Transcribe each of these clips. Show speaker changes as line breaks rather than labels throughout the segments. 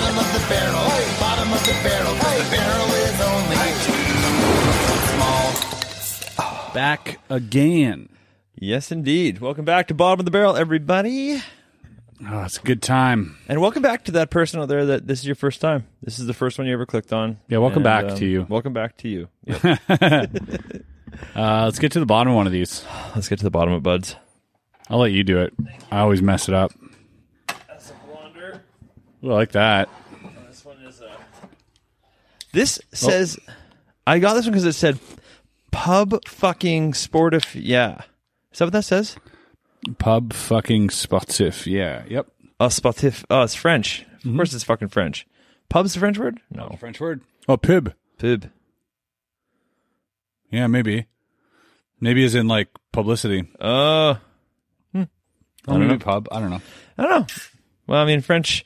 barrel, bottom of the barrel, 'cause the barrel is only small.
Back again.
Yes, indeed. Welcome back to Bottom of the Barrel, everybody.
Oh, it's a good time.
And welcome back to that person out there that this is your first time. This is the first one you ever clicked on.
Yeah, welcome
And, um,
back to you.
Welcome back to you. Yeah,
Uh, let's get to the bottom of one of these.
let's get to the bottom of it, buds.
I'll let you do it. I always mess it up.
That's a blonder.
Ooh, I like that.
This one is uh, a. This
Oh.
says, I got this one because it said pub fucking sportif. Yeah. Is that what that says?
Pub fucking sportif. Yeah. Yep.
Uh, sportif. Oh, it's French.
Mm-hmm.
Of course it's fucking French. Pub's the French word? No.
French word. Oh, pib.
Pub.
Yeah, maybe. Maybe as in like publicity.
Uh,
Or maybe pub. I don't know.
I don't know. Well, I mean, French,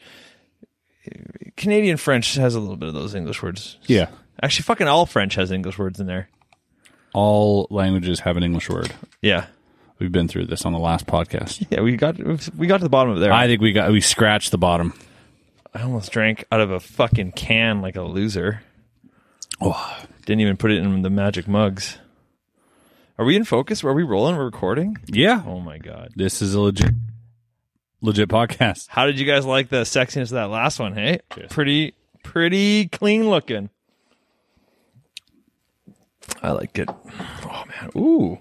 Canadian French has a little bit of those English words.
Yeah.
Actually, fucking all French has English words in there.
All languages have an English word.
Yeah,
We've been through this on the last podcast.
yeah. We got we got to the bottom of there.
I
I,
think we got we scratched the bottom.
almost drank out of a fucking can like a loser.
Oh,
Didn't even put it in the magic mugs. Are we in focus? Are we rolling? We're recording.
yeah.
Oh my god!
This is a legit legit podcast.
How did you guys like the sexiness of that last one? Hey, pretty pretty clean looking. I like it. Oh man! Ooh.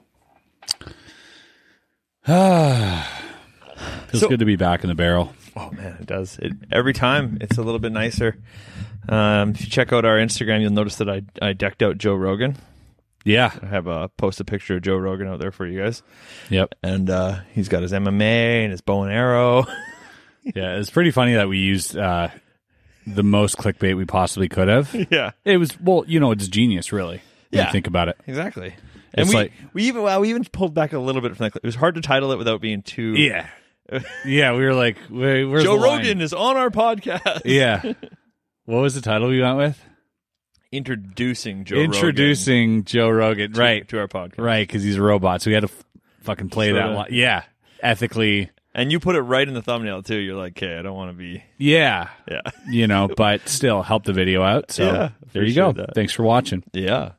Feels
So-
good to be back in the barrel.
Oh man, it does. It every time it's a little bit nicer. Um, if you check out our Instagram, you'll notice that I I decked out Joe Rogan.
Yeah.
I have uh, post a picture of Joe Rogan out there for you guys,
Yep.
and uh, he's got his MMA and his bow and arrow.
Yeah, it's pretty funny that we used uh the most clickbait we possibly could have.
yeah,
It was well, you know, it's genius really. when you
Yeah.
think about it.
exactly. And
It's
we
like-
we even well, we even pulled back a little bit from that. It was hard to title it without being too.
Yeah. yeah, we were like, wait, where's
Joe
the line?
Rogan is on our podcast.
Yeah. What was the title we went with?
Introducing Joe
Introducing Joe Rogan.
Rogan
Right.
to our podcast,
Right, because he's a robot, so we had to f- fucking play
Sorta.
that line. Yeah. Ethically.
and you put it right in the thumbnail too. You're like, okay, I don't want to be.
Yeah.
Yeah,
You know, but still help the video out. So
Yeah,
there you go.
appreciate that.
Thanks for watching.
Yeah.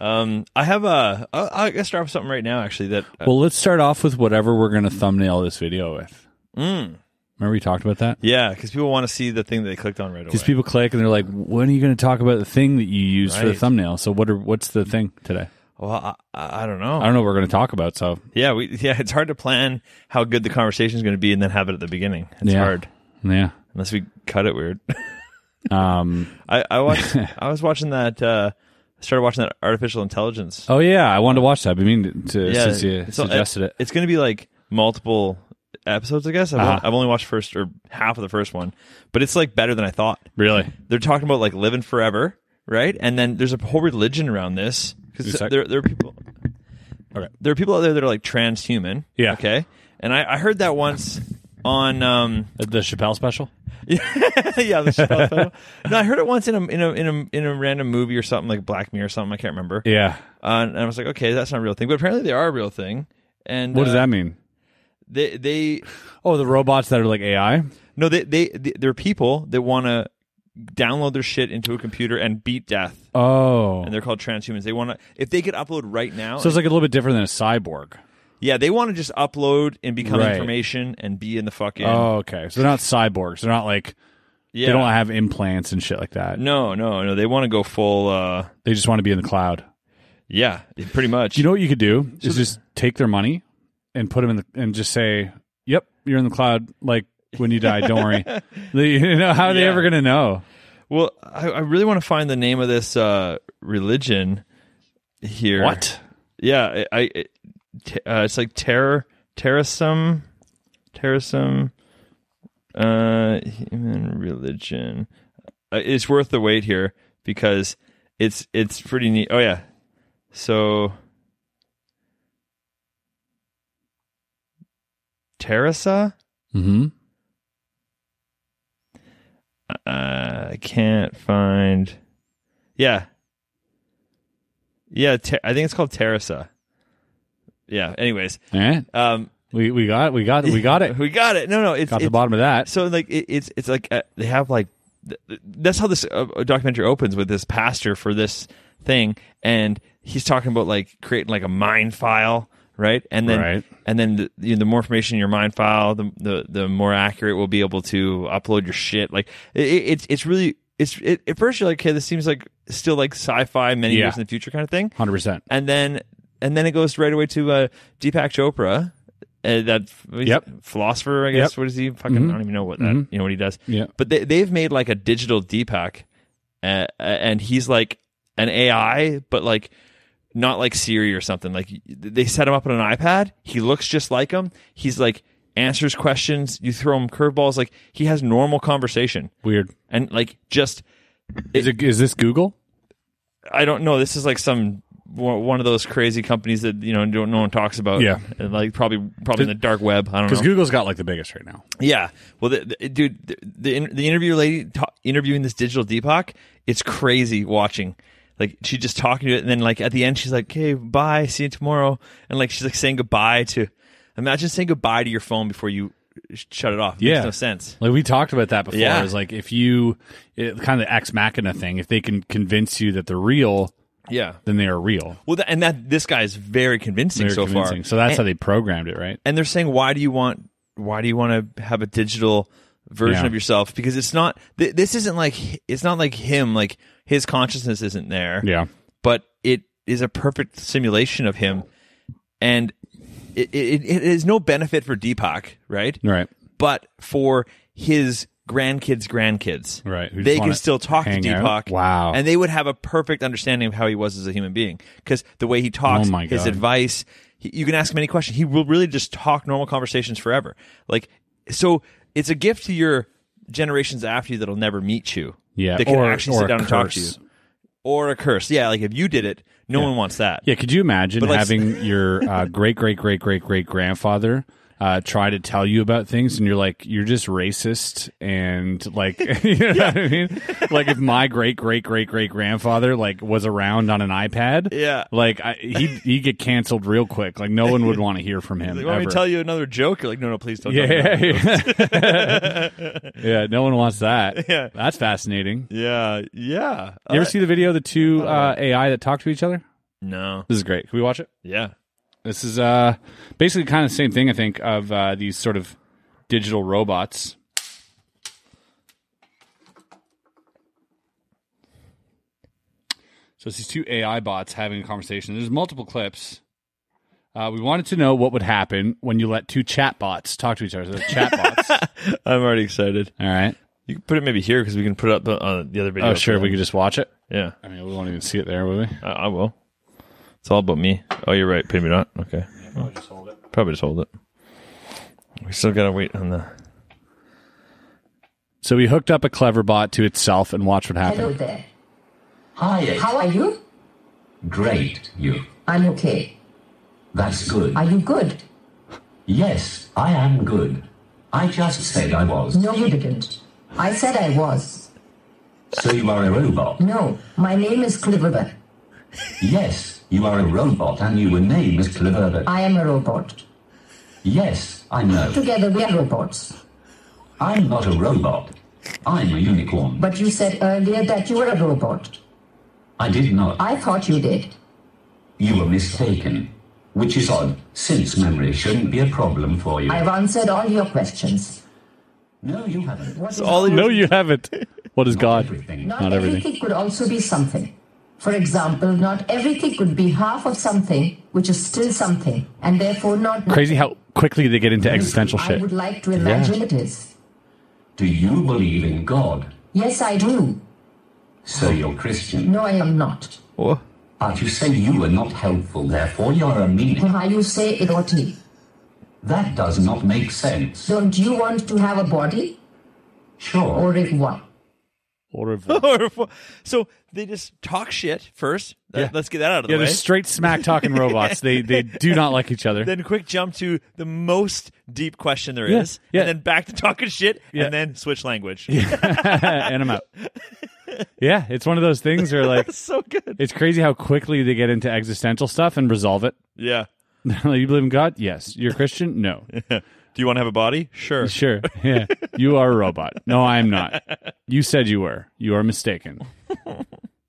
Um, I have a. I- I guess start with something right now. Actually, that uh,
Well, let's start off with whatever we're going to thumbnail this video with. Mm. Remember we talked about that?
yeah, because people want to see the thing they clicked on right away.
Because people click and they're like, "When are you going to talk about the thing that you used for the
Right.
thumbnail?" So what? Are, what's the thing today?
well, I, I I don't know.
I don't know what we're going to talk about. So
yeah, we yeah, it's hard to plan how good the conversation is going to be and then have it at the beginning. It's
Yeah.
hard
yeah,
unless we cut it weird.
um,
I I watched. I was watching that. uh Started watching that artificial intelligence.
Oh yeah, I wanted to watch that. I mean, to, since you
it's-
suggested it,
It's going to be like multiple episodes, I guess. I've,
Uh-huh.
I've only watched first or half of the first one, but it's like better than I thought.
really?
they're talking about like living forever, right? And then there's a whole religion around this
Wait a
because
sec.
there, there are people.
Okay.
There are people out there that are like transhuman.
Yeah.
Okay. And I, I heard that once on um
Uh, The Chappelle special?
yeah the Chappelle Show. no I heard it once in a in a in a in a random movie or something like Black Mirror or something I can't remember
Yeah.
uh, and I was like okay that's not a real thing but apparently they are a real thing and
What does
uh,
that mean?
they they
Oh, the robots that are like AI.
no they they, they they're people that want to download their shit into a computer and beat death
Oh,
and they're called transhumans. They want to if they could upload right now.
so it's like a little bit different than a cyborg.
yeah, they want to just upload and become
Right.
information and be in the fucking.
Oh, okay. So they're not cyborgs. They're not like
yeah.
they don't have implants and shit like that.
no, no, no. They want to go full. uh
They just want to be in the cloud.
Yeah, pretty much.
You know what you could do is just take their money and put them in the and just say, "Yep, you're in the cloud." Like when you die, don't worry. They- you know how are they
Yeah.
ever gonna know?
well, I, I really want to find the name of this uh religion here. Yeah, I. I it, t- uh, it's like terror, terrorism, terrorism, uh, human religion. Uh, it's worth the wait here because it's it's pretty neat. Oh yeah, so Teresa.
Mm-hmm.
Uh, I can't find. Yeah. Yeah, ter- I think it's called Teresa. Yeah. Anyways,
Eh?
um,
We we got we got we got it.
we got it. No, no, it's,
Got to the
it's
bottom of that.
so like it, it's it's like uh, they have like th- th- that's how this uh, documentary opens with this pastor for this thing, and he's talking about like creating like a mind file, right? And then
Right.
and then the, you know, the more information in your mind file, the, the the more accurate we'll be able to upload your shit. Like it, it, it's it's really it's it, at first you're like, okay, this seems like still like sci-fi, many
Yeah.
years in the future kind of thing,
Hundred percent.
and then and then it goes right away to uh, Deepak Chopra, uh, that
Yep.
philosopher, I guess.
Yep. Mm-hmm.
What is he? Fucking, I don't even know what that. You know what he does.
Yeah.
But they they've made like a digital Deepak, uh, and he's like an AI, but like not like Siri or something. Like they set him up on an iPad. He looks just like him. He's like answers questions. You throw him curveballs. Like he has normal conversation
Weird.
and like just
Is it is this Google?
I don't know. This is like some one one of those crazy companies that you know don't no one talks about.
Yeah.
and like probably probably in the dark web. I don't know.
Because Google's got like the biggest right now.
yeah, well, the, the, dude, the the, in, the interview lady ta- interviewing this digital Deepak, it's crazy watching. Like she just talking to it, and then like at the end she's like, "Okay, bye, see you tomorrow," and like she's like saying goodbye to. Imagine saying goodbye to your phone before you sh- shut it off. It
Yeah.
makes no sense.
Like we talked about that before.
Yeah.
Is like if you it, kind of the ex machina thing. If they can convince you that they're real,
Yeah.
then they are real.
Well, that, and that this guy is very convincing
They're
so
convincing.
far.
So that's
And-
how they programmed it, right?
and they're saying why do you want why do you want to have a digital version
Yeah.
of yourself because it's not th- this isn't like it's not like him like his consciousness isn't there
Yeah.
but it is a perfect simulation of him and it, it, it is no benefit for deepak right
Right.
but for his grandkids grandkids
Right, who just
they can
wanna
still talk to
hang out.
deepak
Wow.
and they would have a perfect understanding of how he was as a human being because the way he talks
Oh my
his
God.
advice he, you can ask him any question he will really just talk normal conversations forever like so it's a gift to your generations after you that'll never meet you
Yeah.
they can
Or-
actually
or
sit
a
down and talk to you
curse.
or a curse yeah like if you did it no one wants that
Yeah, could you imagine
But, like,
having your uh, great great great great great grandfather uh, try to tell you about things, and you're like, you're just racist, and like, you know what I mean? Like, if my great great great great grandfather like was around on an iPad,
Yeah.
like I, he he get canceled real quick. Like, no one would want to hear from him.
like, want me
ever.
to tell you another joke you're like no no please don't tell me
yeah,
that.
yeah. yeah, no one wants that.
Yeah.
that's fascinating.
yeah Uh, yeah
You ever see the video of the two uh, AI that talk to each other?
no
This is great. Can we watch it?
yeah
This is uh, basically kind of the same thing, I think, of uh, these sort of digital robots. So it's these two AI bots having a conversation. There's multiple clips. Uh, we wanted to know what would happen when you let two chat bots talk to each other. So they're chat bots.
i'm already excited
All right.
You can put it maybe here because we can put it up the- on the other video.
Oh, sure. We could just watch it.
Yeah,
I mean, we won't even see it there, will we?
I, I will. It's all about me. Oh, you're right. Maybe not. Okay. Probably just hold it. We still gotta wait on the.
So we hooked up a clever bot to itself and watch what
Hello
happened.
there.
Hi,
How are you?
great, you.
I'm okay.
That's good.
Are you good?
Yes, I am good. I just said I was.
No, you didn't. I said I was.
So you are a robot.
No, my name is Cliverber.
Yes, you are a robot and your name is Cleverber.
I am a robot.
Yes, I know.
Together we are robots.
I'm not a robot. I'm a unicorn.
But you said earlier that you were a robot.
I did not.
I thought you did.
You were mistaken. Which is odd, since memory shouldn't be a problem for you.
I've answered all your questions.
No, you haven't.
What is
All
No, you haven't. What is God?
Everything.
not,
Not everything.
everything. could also be something. For example, not everything could be half of something, which is still something, and therefore not
Crazy how quickly they get into existential
I
shit.
would like to imagine it is.
Do you believe in God?
Yes, I do.
So you're Christian.
No, I am not.
Oh,
But you say you were not helpful, therefore you're a meaning.
How you say eroti?
That does not make sense.
Don't you want to have a body
Sure.
or a what?
so they just talk shit first. That-
Yeah.
Let's get that out of
Yeah,
the way.
they're straight smack talking robots. They they do not like each other.
Then quick jump to the most deep question there is,
Yeah, yeah.
and then back to talking shit,
Yeah.
and then switch language.
and I'm out. Yeah, it's one of those things where like
so good.
it's crazy how quickly they get into existential stuff and resolve it.
Yeah.
Like, you believe in God? Yes. You're a Christian? No.
Do you want to have a body? Sure.
Sure. Yeah. You are a robot. No, I am not. You said you were. You are mistaken.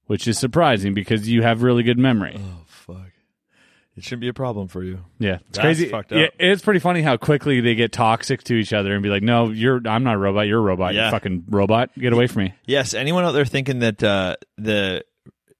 Which is surprising because you have really good memory.
Oh fuck! It shouldn't be a problem for you.
Yeah, it's
That's
crazy.
fucked
Yeah,
up.
it's pretty funny how quickly they get toxic to each other and be like, "No, you're I'm not a robot. You're a robot. You
Yeah.
fucking robot. Get away from me."
Yes. Anyone out there thinking that uh, the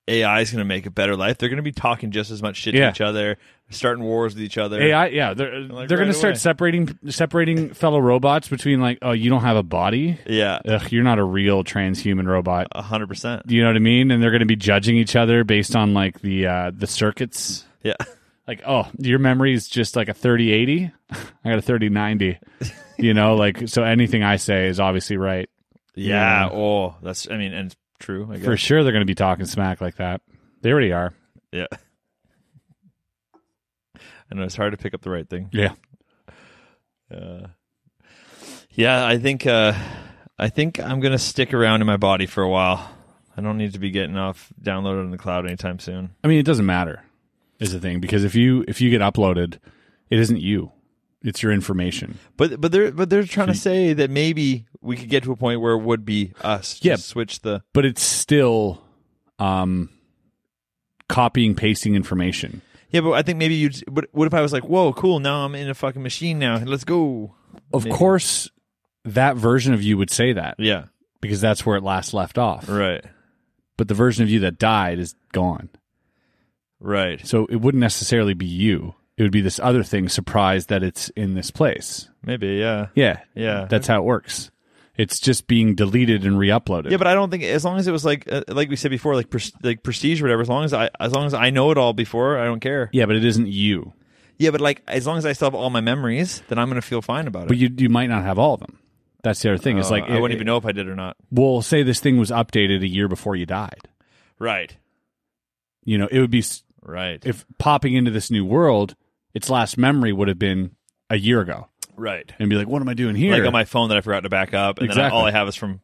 AI is going to make a better life? They're going to be talking just as much shit
Yeah.
to each other, starting wars with each other.
AI, yeah, they're they're
right
gonna start
away.
separating separating fellow robots between like, oh, you don't have a body,
Yeah.
ugh, you're not a real transhuman robot.
A hundred percent.
Do you know what I mean? And they're gonna be judging each other based on like the uh, the circuits.
Yeah.
Like, oh, your memory is just like a thirty eighty. I got a thirty ninety. you know, like so anything I say is obviously right.
Yeah. Oh, that's. I mean, and it's true. I guess.
For sure, they're gonna be talking smack like that. They already are.
Yeah. I know it's hard to pick up the right thing.
Yeah.
Yeah, I think uh, I think I'm gonna stick around in my body for a while. I don't need to be getting off downloaded in the cloud anytime soon.
I mean, it doesn't matter is the thing because if you if you get uploaded, it isn't you. It's your information.
But but they're but they're trying to say that maybe we could get to a point where it would be us. Just
Yeah.
switch the
but it's still um copying pasting information
yeah. But I think maybe you. But what if I was like, whoa, cool? Now I'm in a fucking machine now. Let's go.
of course that version of you would say that
Yeah.
because that's where it last left off
Right.
but the version of you that died is gone
Right.
so it wouldn't necessarily be you it would be this other thing surprised that it's in this place
Maybe. Yeah.
yeah
Yeah.
that's how it works it's just being deleted and re-uploaded
Yeah, but I don't think as long as it was like uh, like we said before, like pres- like prestige or whatever. As long as I as long as I know it all before, I don't care.
yeah but it isn't you
Yeah, but like as long as I still have all my memories, then I'm gonna feel fine about it.
but you you might not have all of them that's the other thing it's
Uh,
like
I wouldn't
it-
even know if I did or not.
well say this thing was updated a year before you died
Right.
you know it would be s-
Right.
if popping into this new world, its last memory would have been a year ago,
right.
and be like, "What am I doing here?"
Like on my phone that I forgot to back up, and then I-
Exactly.
all I have is from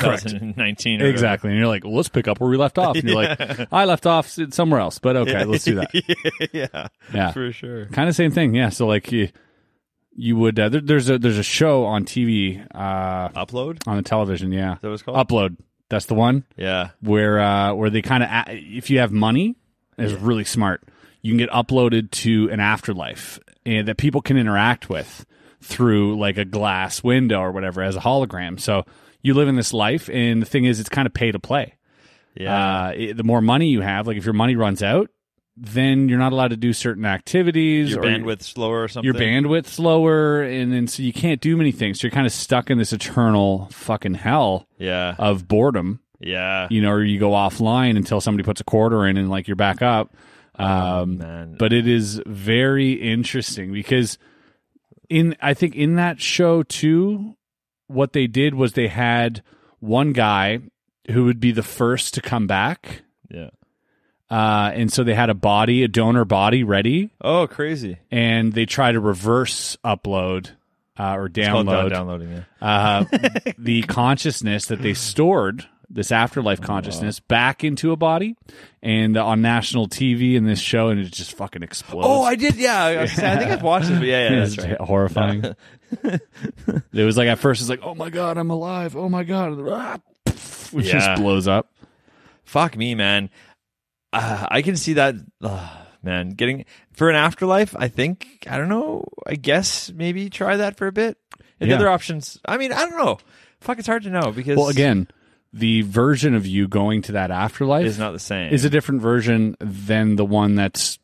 2019. or whatever.
exactly, and you're like, well, "Let's pick up where we left off," and you're like, "I left off s- somewhere else, but okay, let's do that."
yeah,
Yeah,
for sure.
kind of same thing. Yeah, so like you, you would uh, there, there's a there's a show on TV uh,
Upload. Is
on the television. Yeah,
that what it's called?
upload. That's the one
Yeah.
where uh, where they kind of if you have money, it's really smart. You can get uploaded to an afterlife and that people can interact with through like a glass window or whatever as a hologram. So you live in this life, and the thing is, it's kind of pay to play.
Yeah.
Uh, it- the more money you have, like if your money runs out, then you're not allowed to do certain activities.
your
or
bandwidth slower or something.
Your bandwidth's lower, and then so you can't do many things. So you're kind of stuck in this eternal fucking hell
Yeah.
of boredom
Uh, yeah.
you know, or you go offline until somebody puts a quarter in and like you're back up. Um,
Oh, man.
but it is very interesting because in I think in that show too, what they did was they had one guy who would be the first to come back,
yeah.
uh, and so they had a body, a donor body ready,
Oh, crazy.
and they try to reverse upload uh, or
Called down-
download
Oh, downloading. Yeah.
uh, the consciousness that they stored this afterlife consciousness back into a body and on national TV in this show and it just fucking explodes.
Oh, I did. Yeah, I, was saying, I think I've watched it. But yeah, yeah, that's
it's
right.
horrifying. it was like at first it's like, "Oh my god, I'm alive. Oh my god." Ah, pff, It
Yeah.
just blows up.
Fuck me, man. Uh, I can see that, uh, man. Getting for an afterlife, I think. I don't know. I guess maybe try that for a bit. And
Yeah.
The other options. I mean, I don't know. Fuck, it's hard to know because
Well, again, the version of you going to that afterlife
it's not the same.
is a different version than the one that's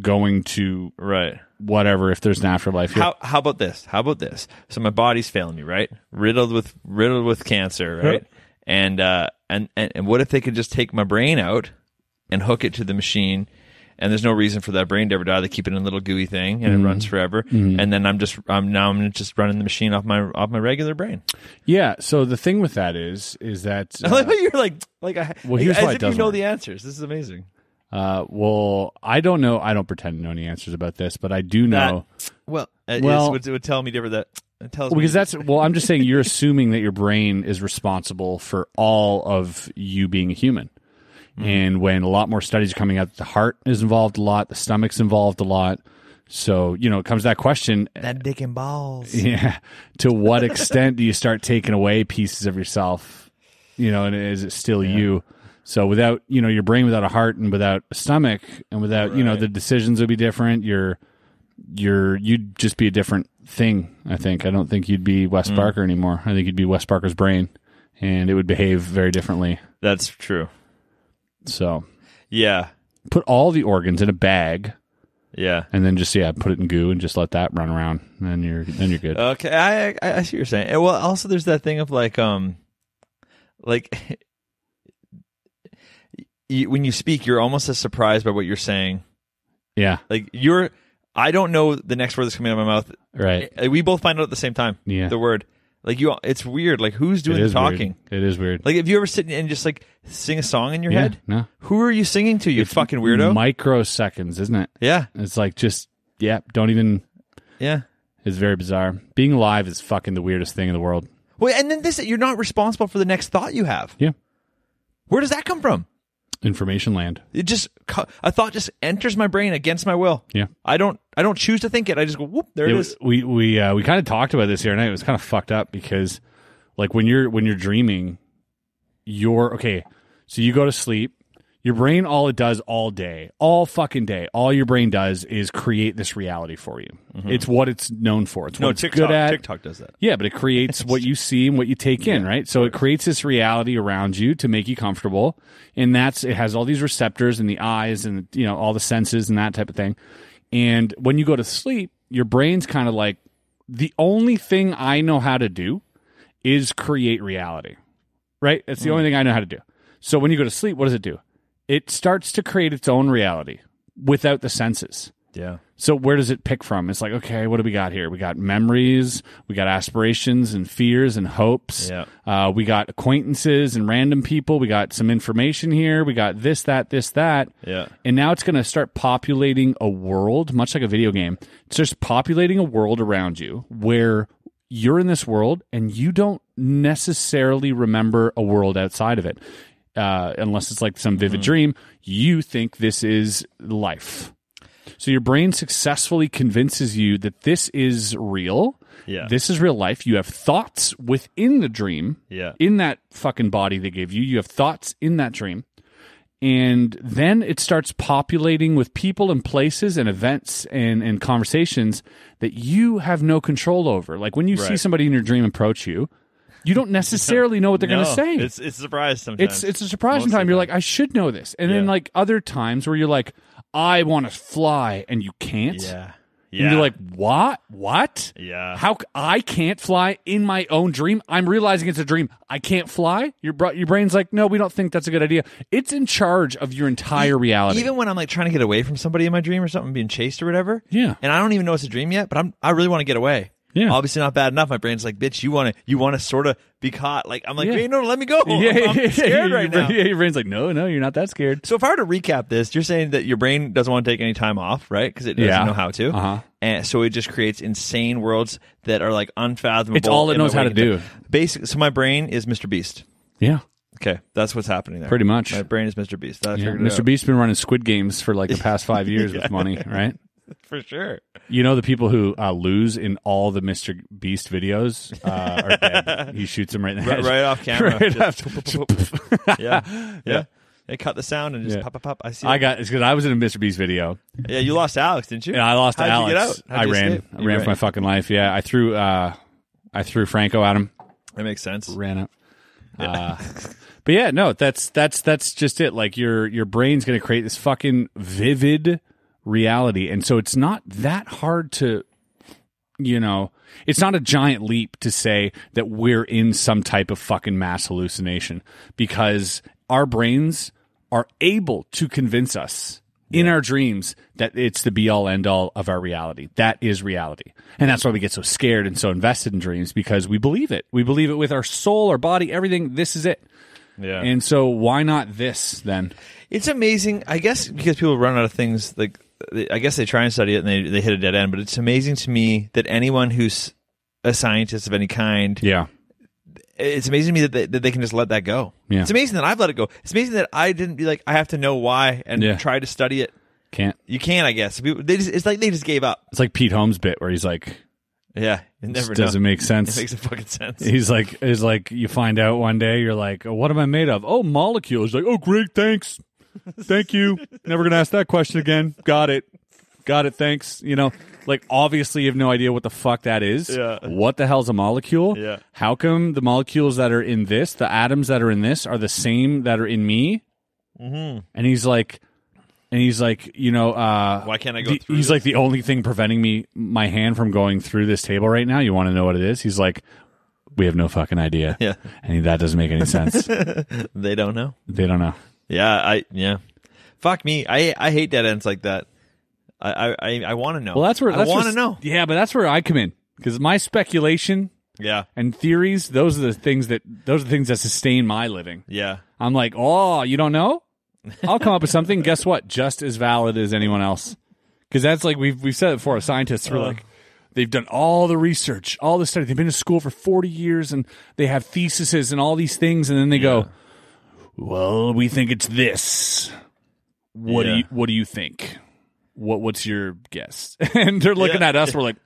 going to
right?
whatever if there's an afterlife. here.
How how about this? How about this? So my body's failing me, right? Riddled with riddled with cancer, right? And uh and, and and what if they could just take my brain out and hook it to the machine and there's no reason for that brain to ever die. They keep it in a little gooey thing and
Mm-hmm.
it runs forever. And then I'm just I'm now I'm just running the machine off my off my regular brain.
Yeah. So the thing with that is, is that
I like
uh,
how you're like like I,
Well, here's
as
why it
if you
doesn't
know
work.
the answers. This is amazing.
uh, well, I don't know. I don't pretend to know any answers about this, but I do know
Well, Uh, it,
Well-
is- would- it would tell me different that it tells me
because that's well. I'm just saying you're assuming that your brain is responsible for all of you being a human,
Mm-hmm.
and when a lot more studies are coming out, the heart is involved a lot, the stomach's involved a lot. So you know, it comes to that question.
that dick and balls.
Yeah. To what extent do you start taking away pieces of yourself you know, and is it still you? So without you know your brain, without a heart, and without a stomach, and without you know the decisions would be different. Your your you'd just be a different thing. I think. I don't think you'd be Wes Barker anymore. I think you'd be Wes Barker's brain, and it would behave very differently.
That's true.
So
Yeah.
put all the organs in a bag,
Yeah.
and then just yeah, put it in goo, and just let that run around, and then you're then you're good.
Okay, I, I I see what you're saying. And, Well, also there's that thing of like um, like you, when you speak, you're almost as surprised by what you're saying.
yeah,
Like you're, I don't know the next word that's coming out of my mouth.
right.
Uh, We both find out at the same time.
Yeah.
the word. Like you, it's weird. Like who's doing the
is weird.
talking?
It is weird.
Like if you ever sit and just like sing a song in your
Yeah,
head,
no.
who are you singing to? You fucking weirdo.
Microseconds, isn't it?
yeah,
It's like just yeah, don't even
yeah.
it's very bizarre. Being live is fucking the weirdest thing in the world.
Well, and then this, you're not responsible for the next thought you have.
Yeah.
Where does that come from?
Information land.
It just co- a thought just enters my brain against my will.
Yeah.
I don't I don't choose to think it. I just go whoop. There
It
it
was,
is.
we we uh, we kind of talked about this here tonight. It was kind of fucked up because like when you're when you're dreaming, you're okay. So you go to sleep. Your brain, all it does all day, all fucking day, all your brain does is create this reality for you. It's what it's known for. It's what it's good at.
Mm-hmm. TikTok does that.
Yeah, but it creates what you see and what you take in, right? So it creates this reality around you to make you comfortable. And that's it has all these receptors and the eyes and you know all the senses and that type of thing. And when you go to sleep, your brain's kind of like the only thing I know how to do is create reality. Right? It's the only thing I know how to do. So when you go to sleep, what does it do? It starts to create its own reality without the senses.
Yeah.
So where does it pick from? It's like, okay, what do we got here? We got memories, we got aspirations and fears and hopes.
Yeah.
Uh, we got acquaintances and random people. We got some information here. We got this, that, this, that.
Yeah.
And now it's going to start populating a world, much like a video game. It's just populating a world around you where you're in this world and you don't necessarily remember a world outside of it. Uh, unless it's like some
Mm-hmm.
vivid dream, you think this is life. So your brain successfully convinces you that this is real.
Yeah.
This is real life. You have thoughts within the dream.
Yeah.
In that fucking body they gave you, you have thoughts in that dream. And then it starts populating with people and places and events and, and conversations that you have no control over. Like when you see
Right.
somebody in your dream approach you, you don't necessarily know what they're going to say.
It's it's a surprise
It's
sometimes.
it's a surprise
Most of
time.
the
You're
time.
like, I should know this, and then
Yeah.
like other times where you're like, I want to fly, and you can't.
yeah.
And
Yeah.
you're like, what? What?
Yeah.
How c- I can't fly in my own dream? I'm realizing it's a dream. I can't fly. Your br- your brain's like, no, we don't think that's a good idea. It's in charge of your entire reality.
E, even when I'm like trying to get away from somebody in my dream or something, being chased or whatever.
Yeah.
And I don't even know it's a dream yet, but I'm I really want to get away.
Yeah.
Obviously not bad enough. My brain's like, bitch, you want to you want to sort of be caught. Like I'm like,
Yeah.
hey, no, let me go.
yeah,
I'm, I'm scared
your
right
bra-
now.
yeah, your brain's like, no, no, you're not that scared.
So if I were to recap this, you're saying that your brain doesn't want to take any time off, right? Because it doesn't
Yeah.
know how to,
Uh-huh.
and so it just creates insane worlds that are like unfathomable.
It's all it
in my
knows how to
waking
do.
time. Basically, so my brain is Mr. Beast.
Yeah,
Okay, that's what's happening there.
Pretty much.
my brain is Mr. Beast. I
yeah.
figured it
Mr.
out.
Beast's been running Squid Games for like the past five years with money, right?
for sure.
You know the people who uh, lose in all the Mr. Beast videos uh, are dead. he shoots them right in the
Right,
head.
right off camera.
Right
Just-
off-
Yeah, yeah. They cut the sound and just
Yeah.
pop, pop, pop. I see.
I
it.
got it's because I was in a Mr. Beast video
yeah, you lost Alex, didn't you?
and I lost to
How'd
Alex.
You get out? How'd
I
you
ran,
escape?
I
You
ran for my fucking life. Yeah, I threw, uh, I threw Franco at him.
That makes sense.
ran up. Uh, but yeah, no, that's that's that's just it. Like your your brain's going to create this fucking vivid reality, and so it's not that hard to, you know, it's not a giant leap to say that we're in some type of fucking mass hallucination because our brains are able to convince us in our dreams that it's the be all end all of our reality. That is reality. And that's why we get so scared and so invested in dreams because we believe it. We believe it with our soul, our body, everything. This is it.
Yeah.
And so why not this then?
It's amazing, I guess, because people run out of things. Like, they- I guess they try and study it and they they hit a dead end. But it's amazing to me that anyone who's a scientist of any kind,
Yeah.
it's amazing to me that they, that they can just let that go.
Yeah.
It's amazing that I've let it go. It's amazing that I didn't be like, I have to know why and
Yeah.
try to study it.
Can't.
You can, I guess. People, they just, it's like they just gave up.
It's like Pete Holmes' bit where he's like,
Yeah, you
Just
never know.
doesn't make sense.
It makes a fucking sense.
He's like, he's like, you find out one day, you're like, what am I made of? Oh, molecules. Like, oh, great, thanks, thank you. Never gonna ask that question again. Got it, got it. Thanks. You know, like obviously you have no idea what the fuck that is.
Yeah.
What the hell's a molecule?
Yeah.
How come the molecules that are in this, the atoms that are in this, are the same that are in me? Mm-hmm. And he's like, and he's like, you know, uh,
Why can't I go
the-
through
He's
this?
like, the only thing preventing me, my hand from going through this table right now. You want to know what it is? He's like, we have no fucking idea.
Yeah.
and that doesn't make any sense.
They don't know.
they don't know.
Yeah, I yeah. Fuck me. I I hate dead ends like that. I I I, I want to know.
Well, that's where
I
that's
want to
where-
know.
Yeah, but that's where I come in because my speculation
Yeah,
and theories; those are the things that those are the things that sustain my living.
yeah.
I'm like, oh, you don't know? I'll come up with something. Guess what? Just as valid as anyone else. Because that's like we've we've said it before. Scientists
Uh-huh.
were like, they've done all the research, all the study. They've been to school for forty years, and they have theses and all these things, and then they go, "Well, we think it's this. What
Yeah.
do you What do you think? What What's your guess?" and they're looking
Yeah.
at us. We're like,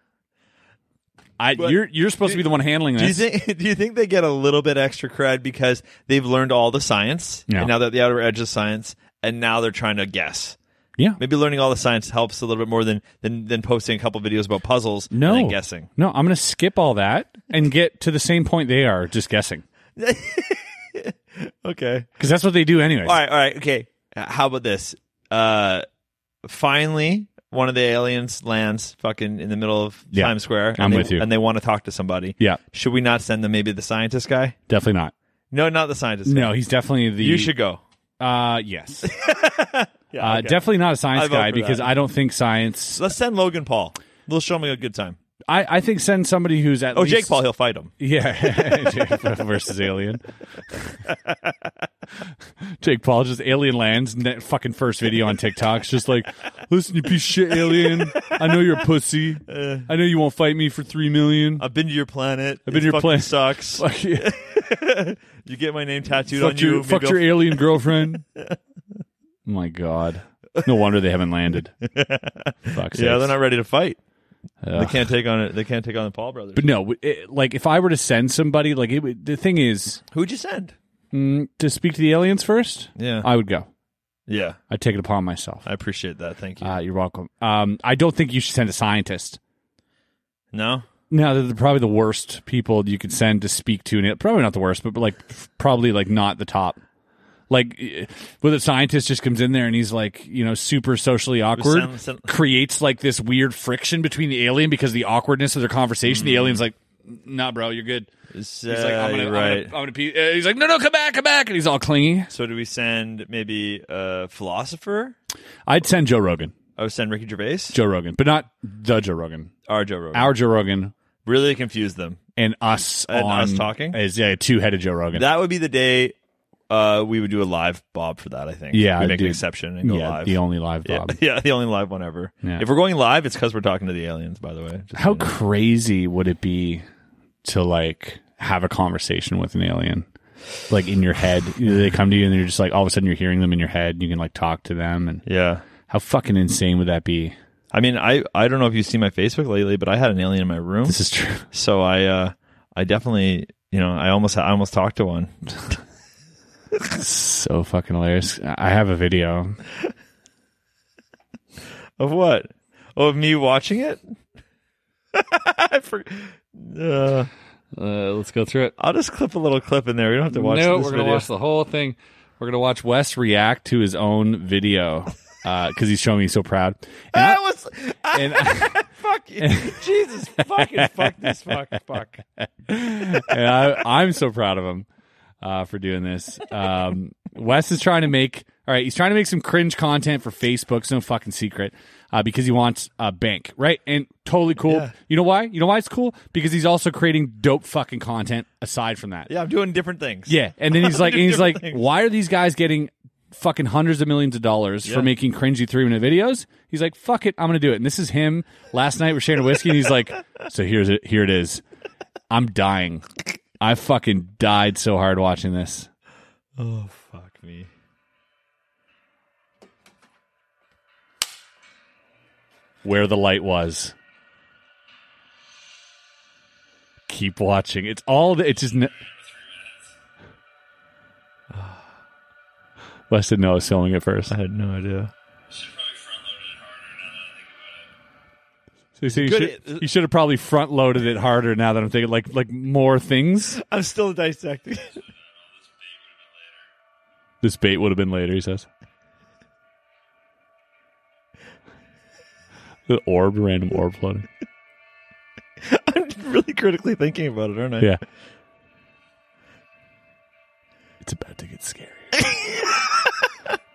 "I you're you're supposed to be the one handling
Do you
this."
think do you think they get a little bit extra cred because they've learned all the science
Yeah.
and now they're at the outer edge of science and now they're trying to guess?
yeah,
Maybe learning all the science helps a little bit more than than, than posting a couple videos about puzzles
No.
and then guessing.
No, I'm going to skip all that and get to the same point they are, just guessing.
Okay.
Because that's what they do anyway.
All right, all right, okay. Uh, How about this? Uh finally one of the aliens lands fucking in the middle of
Yeah.
Times Square and
I'm
they,
with you.
and they want to talk to somebody.
Yeah.
Should we not send them maybe the scientist guy?
Definitely not.
No, not the scientist. guy.
No, he's definitely the.
You should go.
Uh, yes. uh, Definitely not a
I
science
vote
guy
for
because
that.
I don't think science.
Let's send Logan Paul. They'll show me a good time.
I, I think send somebody who's at
Oh,
least.
Jake Paul, he'll fight him.
Yeah. Jake Paul versus Alien. Jake Paul just Alien lands and that fucking first video on TikTok's just like, listen, you piece of shit alien. I know you're a pussy.
Uh.
I know you won't fight me for three million.
I've been to your planet. I've
been to your planet.
Sucks.
Fuck you.
you get my name tattooed on
fuck
you.
your,
maybe
fuck
I'll-
your alien girlfriend. My God. No wonder they haven't landed. Fuck
yeah, they're not ready to fight. They
Ugh.
can't take on it. They can't take on the Paul brothers.
But no, it, like if I were to send somebody, like it, would- the thing is
Who'd you send?
mm, to speak to the aliens first.
Yeah.
I would go.
Yeah,
I'd take it upon myself.
I appreciate that. Thank you.
Uh, you're welcome. Um, I don't think you should send a scientist.
no,
No, they're the- probably the worst people you could send to speak to. And probably not the worst, but like f- probably like not the top. Like, eh, where the scientist just comes in there and he's like, you know, super socially awkward,
sound- sound-
creates like this weird friction between the alien because of the awkwardness of their conversation.
Mm.
The alien's like, "Nah, bro, you're good."
he's
He's like, "I'm gonna, I'm
right.
gonna, I'm gonna pee." eh, He's like, "No, no, come back, come back," and he's all clingy.
so do we send maybe a philosopher?
I'd send Joe Rogan,
I would send Ricky Gervais.
Joe Rogan, but not the Joe Rogan,
or Joe Rogan.
our Joe Rogan,
really confuse them.
and us
And
on
us talking?
is yeah two headed Joe Rogan.
That would be the day uh, we would do a live Bob for that. I think.
Yeah,
we make
dude.
an exception and go
yeah,
live.
the only live
Yeah,
Bob.
yeah, the only live one ever.
Yeah.
If we're going live, it's because we're talking to the aliens. By the way, Just
How
so you know.
crazy would it be to like have a conversation with an alien? Like in your head, You know, they come to you and you're just like, all of a sudden you're hearing them in your head. And you can like talk to them, and
yeah.
how fucking insane would that be?
I mean, I I don't know if you've seen my Facebook lately, but I had an alien in my room,
This is true.
so I uh I definitely you know I almost I almost talked to one.
So fucking hilarious. I have a video.
Of what? Oh, of me watching it. I for, uh,
Uh, let's go through it.
I'll just clip a little clip in there. We don't have to watch.
no,
this
we're gonna
video.
watch the whole thing. We're gonna watch Wes react to his own video because he's showing me he's so proud. And I-
I was
and I-
fuck you. Jesus fucking fuck this fuck fuck.
and I, I'm so proud of him uh, for doing this. Um, Wes is trying to make all right. He's trying to make some cringe content for Facebook. It's no fucking secret uh, because he wants a bank, right? And totally cool. You know why? You know why it's cool? Because he's also creating dope fucking content aside from that.
Yeah, I'm doing different things.
Yeah, and then he's like, and he's
Different
like,
things.
why are these guys getting fucking hundreds of millions of dollars for
Yeah.
making cringy three minute videos? He's like, fuck it, I'm gonna do it. And this is him. Last night we're sharing a whiskey, and he's like, so here's it, here it is. I'm dying. I fucking died so hard watching this.
Oh fuck me.
Where the light was. keep watching. It's all the, it's just. Ne- Les didn't know I was filming it first.
I had no idea.
So, so you,
Good-
should, you should have probably front loaded it harder. Now that I'm thinking, like like more things.
I'm still dissecting.
This bait would have been later. He says. The orb, random orb floating.
I'm really critically thinking about it, aren't I?
Yeah. It's about to get scary.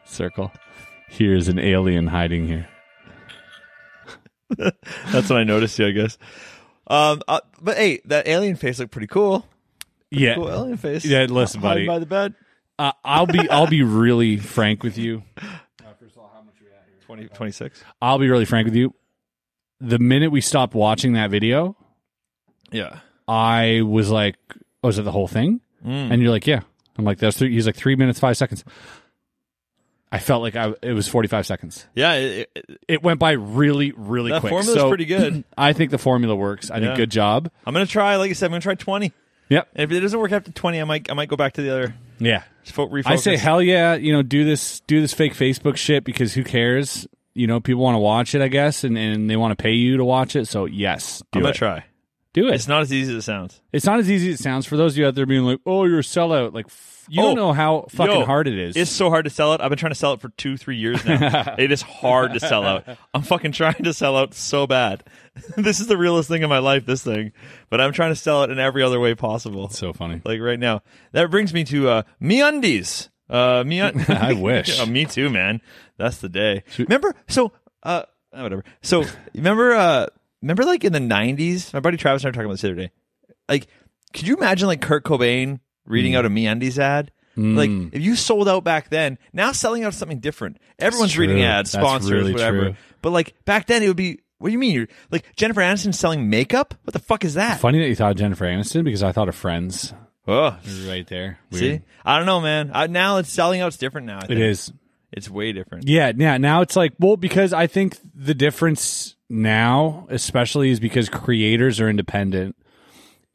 Circle. Here's an alien hiding here.
That's when I noticed you, I guess. Um, uh, but hey, that alien face looked pretty cool.
yeah.
Cool alien face.
Yeah, listen, buddy.
Hiding by the bed.
Uh, I'll be I'll be really frank with you.
20, 26.
I'll be really frank with you. The minute we stopped watching that video,
Yeah.
I was like, "Oh, is it the whole thing?"
Mm.
And you're like, "Yeah." I'm like, "That's three." He's like, three minutes five seconds." I felt like I, it was 45 seconds.
Yeah. It, it-
It went by really, really
that
quick.
formula's
So-
pretty good.
I think the formula works. I
Yeah.
think good job.
I'm going to try, like you said, I'm going to try 20.
Yep.
And if it doesn't work after 20, I might I might go back to the other.
Yeah.
fo- Refocus.
I say hell yeah, you know, do this do this fake Facebook shit because who cares? You know, people want to watch it, I guess, and, and they want to pay you to watch it. So yes, do
I'm going
it.
to try.
Do it.
It's not as easy as it sounds.
It's not as easy as it sounds for those of you out there being like, "Oh, you're a sellout." Like f- you
Oh,
don't know how fucking
Yo,
hard it is.
It's so hard to sell out. I've been trying to sell it for two, three years now. it is hard to sell out. I'm fucking trying to sell out so bad. this is the realest thing in my life, this thing. But I'm trying to sell it in every other way possible.
so funny.
like right now. That brings me to uh MeUndies. Uh MeUndies.
I wish.
Yeah, me too, man. That's the day. Remember so uh ah, whatever. So remember uh remember like in the nineties? My buddy Travis and I were talking about this the other day. Like, could you imagine like Kurt Cobain
Hmm.
reading out a MeUndies ad? Like if you sold out back then, now selling out something different. Everyone's reading
true.
ads,
That's
sponsors,
really
whatever.
true.
But like back then, it would be what do you mean? You're like Jennifer Aniston selling makeup? What the fuck is that?
funny that you thought Jennifer Aniston because I thought of Friends
Oh,
right there.
See, I don't know, man. I, now it's selling out's different now. I
It
think.
is.
It's way different.
Yeah, yeah. Now it's like, well, because I think the difference now, especially, is because creators are independent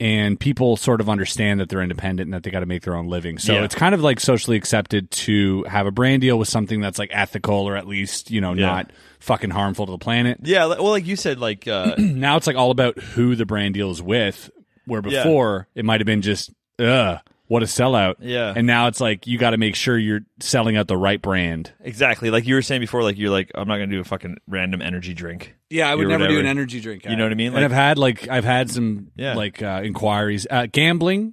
and people sort of understand that they're independent and that they got to make their own living. So
Yeah.
it's kind of like socially accepted to have a brand deal with something that's like ethical or at least, you know, not fucking harmful to the planet.
Yeah. li- Well, like you said, like uh,
Now it's like all about who the brand deal is with, where
Yeah.
before it might have been just, ugh. What a sellout!
Yeah.
and now it's like you got to make sure you're selling out the right brand.
exactly like you were saying before. Like you're like, I'm not gonna do a fucking random energy drink.
Yeah, I would
Or
never do
whatever.
an energy drink.
You know what I mean?
and
Like-
I've had like I've had some
Yeah.
like uh, inquiries, uh, gambling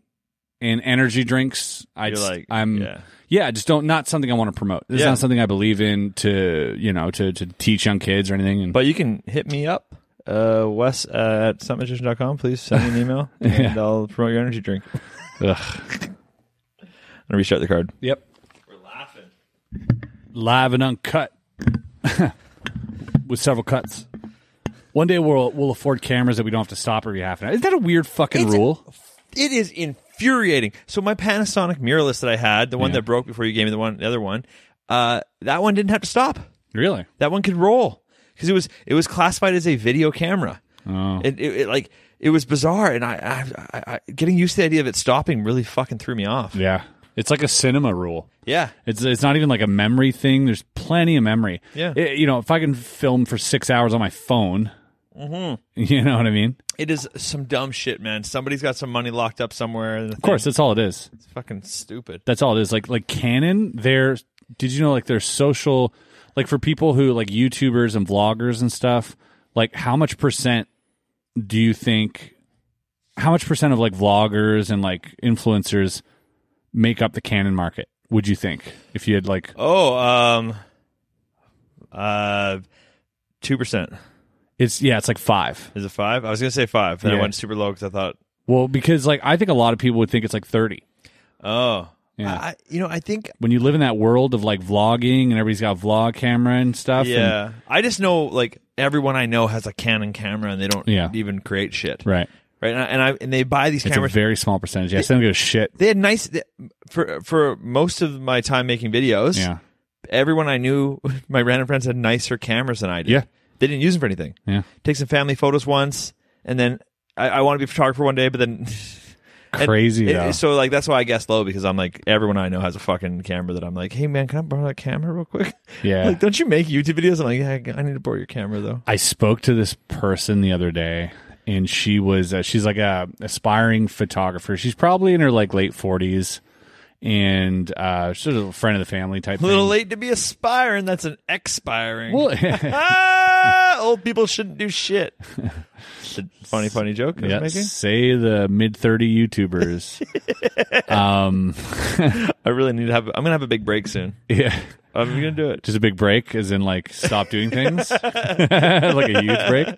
and energy drinks. I
You're
just,
like,
I'm
yeah.
yeah. I just don't not something I want to promote. This
Yeah.
is not something I believe in to you know to to teach young kids or anything. And
But you can hit me up, uh, Wes uh, at summagician.com. Please send me an email, and I'll promote your energy drink. Ugh. I'm gonna restart the card.
yep,
We're laughing.
live and uncut with several cuts. One day we'll we'll afford cameras that we don't have to stop every half an hour. Isn't that a weird fucking
It's-
rule?
It is infuriating. So my Panasonic mirrorless that I had, the one that broke before you gave me the one, the other one, uh, that one didn't have to stop.
really?
That one could roll because it was it was classified as a video camera. Oh. It, it, it, like it was bizarre, and I, I, I, I getting used to the idea of it stopping really fucking threw me off.
Yeah, it's like a cinema rule.
Yeah.
It's it's not even like a memory thing. There's plenty of memory.
Yeah.
It- you know, if I can film for six hours on my phone, you know what I mean.
it is some dumb shit, man. Somebody's got some money locked up somewhere.
Of course, that's all it is.
it's fucking stupid.
That's all it is. Like like Canon, their did you know like their social, like for people who like YouTubers and vloggers and stuff, like how much percent do you think? How much percent of like vloggers and like influencers make up the Canon market? Would you think if you had like
Oh, um, uh, two percent
it's yeah it's like five
is it five? I was gonna say five, then I
Yeah.
went super low because I thought,
Well, because like I think a lot of people would think it's like 30.
oh,
Yeah.
I, I- you know, I think
When you live in that world of like vlogging and everybody's got a vlog camera and stuff. and-
Yeah, I just know like everyone I know has a Canon camera, and they don't
Yeah.
even create shit,
right.
Right, and I, and I and they buy these
It's a
cameras.
very small percentage. Yes, I don't give a shit.
they had nice th- for for most of my time making videos.
Yeah.
everyone I knew, my random friends had nicer cameras than I did.
Yeah.
they didn't use them for anything.
Yeah.
Take some family photos once, and then I, I want to be a photographer one day, but then and
Crazy,
it-
though.
so like that's why I guess low because I'm like everyone I know has a fucking camera that I'm like, hey man, can I borrow that camera real quick?
Yeah.
like don't you make YouTube videos? I'm like, yeah, I need to borrow your camera though.
I spoke to this person the other day, and she was uh, she's like a aspiring photographer. She's probably in her like late forties, and uh, sort of a friend of the family type.
A little
thing.
late to be aspiring. That's an expiring.
Well,
ah, old people shouldn't do shit. It's a funny, funny joke I was
yeah,
making.
say the mid thirty YouTubers. um,
I really need to have. I'm gonna have a big break soon.
yeah,
I'm gonna do it.
just a big break, as in like stop doing things, like a huge break.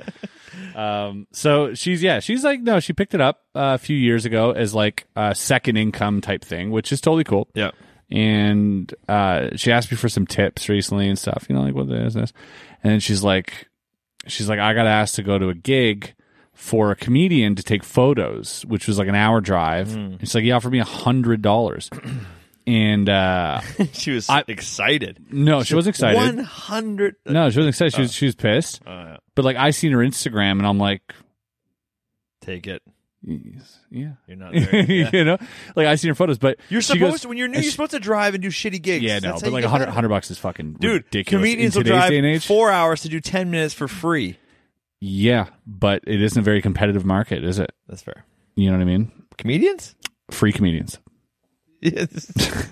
Um, so she's yeah, she's like no, she picked it up uh, a few years ago as like a second income type thing, which is totally cool.
Yeah.
and uh, she asked me for some tips recently and stuff. You know, like what is this? And then she's like, she's like, I got asked to go to a gig for a comedian to take photos, which was like an hour drive.
Hmm.
It's like he offered me a hundred dollars, and uh,
She was
I-
excited.
no, she wasn't excited.
One hundred. Oh,
No, she wasn't excited. She was she was pissed. But like, I seen her Instagram, and I'm like,
Take it.
yeah.
You're not there. Yeah.
you know, like I seen her photos, but
You're
she
supposed
goes-
when you're new, you're supposed to drive and do shitty gigs.
yeah, no,
That's how
but
you
like
get
100,
better.
100 bucks is fucking
Dude,
ridiculous
comedians
in
will
today's
drive
day and age.
four hours to do ten minutes for free.
Yeah, but it isn't a very competitive market, is it?
That's fair.
You know what I mean?
Comedians.
Free comedians.
Yes.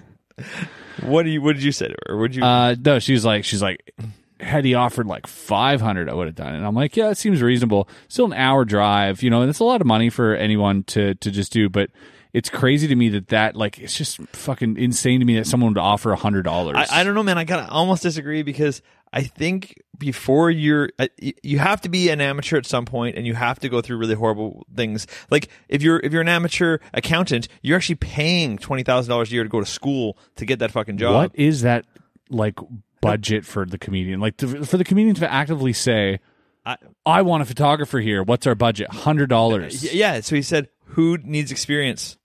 what do you? What did you say to her? Would you?
Uh, no, she's like, she's like, had he offered like five hundred, I would have done it. And I'm like, yeah, it seems reasonable. Still an hour drive, you know, and it's a lot of money for anyone to to just do, but. It's crazy to me that that like it's just fucking insane to me that someone would offer a hundred dollars.
I, I don't know, man. I gotta almost disagree because I think before you're, I- y- you have to be an amateur at some point, and you have to go through really horrible things. Like if you're if you're an amateur accountant, you're actually paying twenty thousand dollars a year to go to school to get that fucking job.
What is that like budget for the comedian? Like to, for the comedian to actively say, I, "I want a photographer here. What's our budget? Hundred dollars."
Y- Yeah. So he said, who needs experience,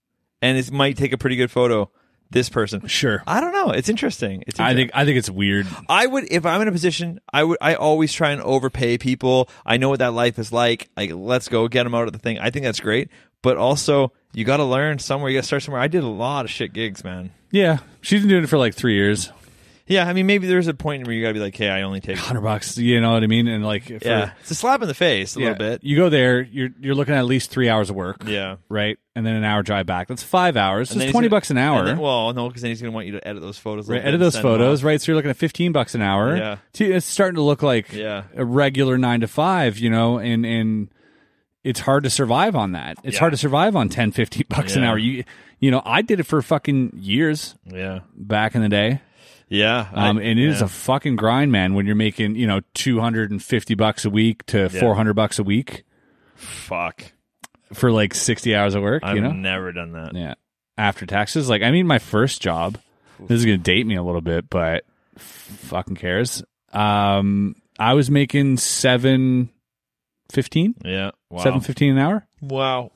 and it might take a pretty good photo. This person,
Sure.
I don't know. It's interesting. It's
I
interesting.
think I think it's weird.
I would if I'm in a position. I would. I always try and overpay people. I know what that life is like. Like, let's go get them out of the thing. I think that's great. But also, you got to learn somewhere. You got to start somewhere. I did a lot of shit gigs, man.
Yeah, she's been doing it for like three years.
Yeah, I mean, maybe there's a point where you got to be like, hey, I only take.
Hundred bucks, you know what I mean? And like, for,
Yeah, it's a slap in the face a
yeah,
little bit.
You go there, you're you're looking at at least three hours of work.
Yeah.
right, and then an hour drive back. That's five hours.
And then
That's
he's
twenty
gonna-
bucks an hour.
and then- well, no, because then he's gonna want you to edit those photos. a
Right,
little
edit
bit and
those
send them
photos,
off.
right? So you're looking at fifteen bucks an hour.
Yeah.
Gee, it's starting to look like
Yeah.
a regular nine to five, you know, and and it's hard to survive on that. It's
Yeah.
hard to survive on 10, 15 bucks an
Yeah.
hour. You you know, I did it for fucking years
Yeah,
back in the day.
yeah. I-
Um, and it is
yeah.
a fucking grind, man. When you're making you know two hundred and fifty bucks a week to four hundred bucks a week
fuck.
for like sixty hours of work,
I've
you know,
never done that.
yeah, after taxes. Like, I mean, my first job. This is gonna date me a little bit, but fucking cares. Um, I was making seven fifteen,
Yeah. Wow.
seven fifteen an hour.
Wow.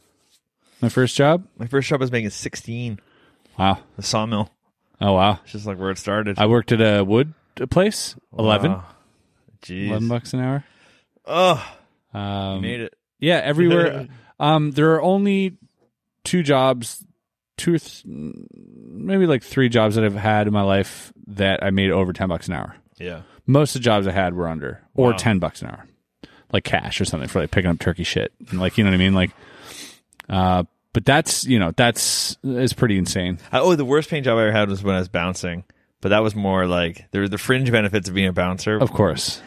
My first job.
My first job was making sixteen.
Wow.
The sawmill.
Oh wow.
It's just like where it started.
I worked at a wood place. 11,
Wow. Ah, Jeez.
11 bucks an hour.
Oh,
Um,
made it.
Yeah, everywhere. um, there are only two jobs, two or th- maybe like three jobs that I've had in my life that I made over ten bucks an hour.
Yeah.
Most of the jobs I had were under or ten bucks an hour, like cash or something for like picking up turkey shit, and like you know what I mean, like. Uh, but that's you know that's is pretty insane.
I, oh, the worst paying job I ever had was when I was bouncing, but that was more like there were the fringe benefits of being a bouncer.
Of course,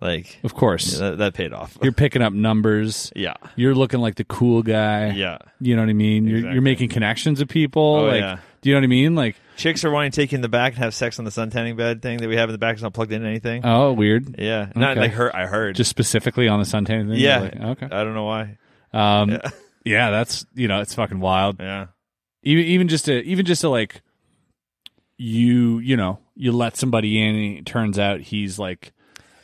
like
of course,
that, that paid off.
you're picking up numbers.
yeah.
You're looking like the cool guy.
Yeah.
You know what I mean? You're,
Exactly.
you're making connections with people.
Oh,
like,
yeah.
do you know what I mean? Like,
Chicks are wanting to take you in the back and have sex on the suntanning bed thing that we have in the back. It's not plugged into anything.
Oh, weird.
yeah. Not
okay.
like her. I heard.
Just specifically on the suntan thing.
yeah.
Like, okay.
I don't know why.
Um, yeah.
yeah.
that's you know, it's fucking wild.
Yeah.
Even even just to even just to like you you know you let somebody in and it turns out he's like